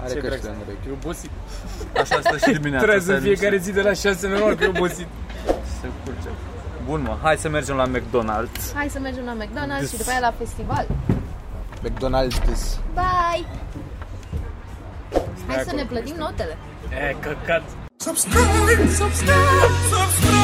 [SPEAKER 6] Are
[SPEAKER 3] ce
[SPEAKER 6] căști
[SPEAKER 3] drag.
[SPEAKER 6] de în
[SPEAKER 3] E obosit.
[SPEAKER 4] Așa stă și dimineața.
[SPEAKER 3] Trez în
[SPEAKER 4] stai liniștit.
[SPEAKER 3] fiecare zi de la 6 normal că e obosit.
[SPEAKER 4] Se curge. Bun, mă, hai să mergem la McDonald's.
[SPEAKER 5] Hai să mergem la McDonald's și după aia la festival.
[SPEAKER 6] McDonald's.
[SPEAKER 5] Bye! Hai să
[SPEAKER 3] acolo,
[SPEAKER 5] ne plătim notele.
[SPEAKER 3] E, căcat.
[SPEAKER 1] Subscribe, subscribe, subscribe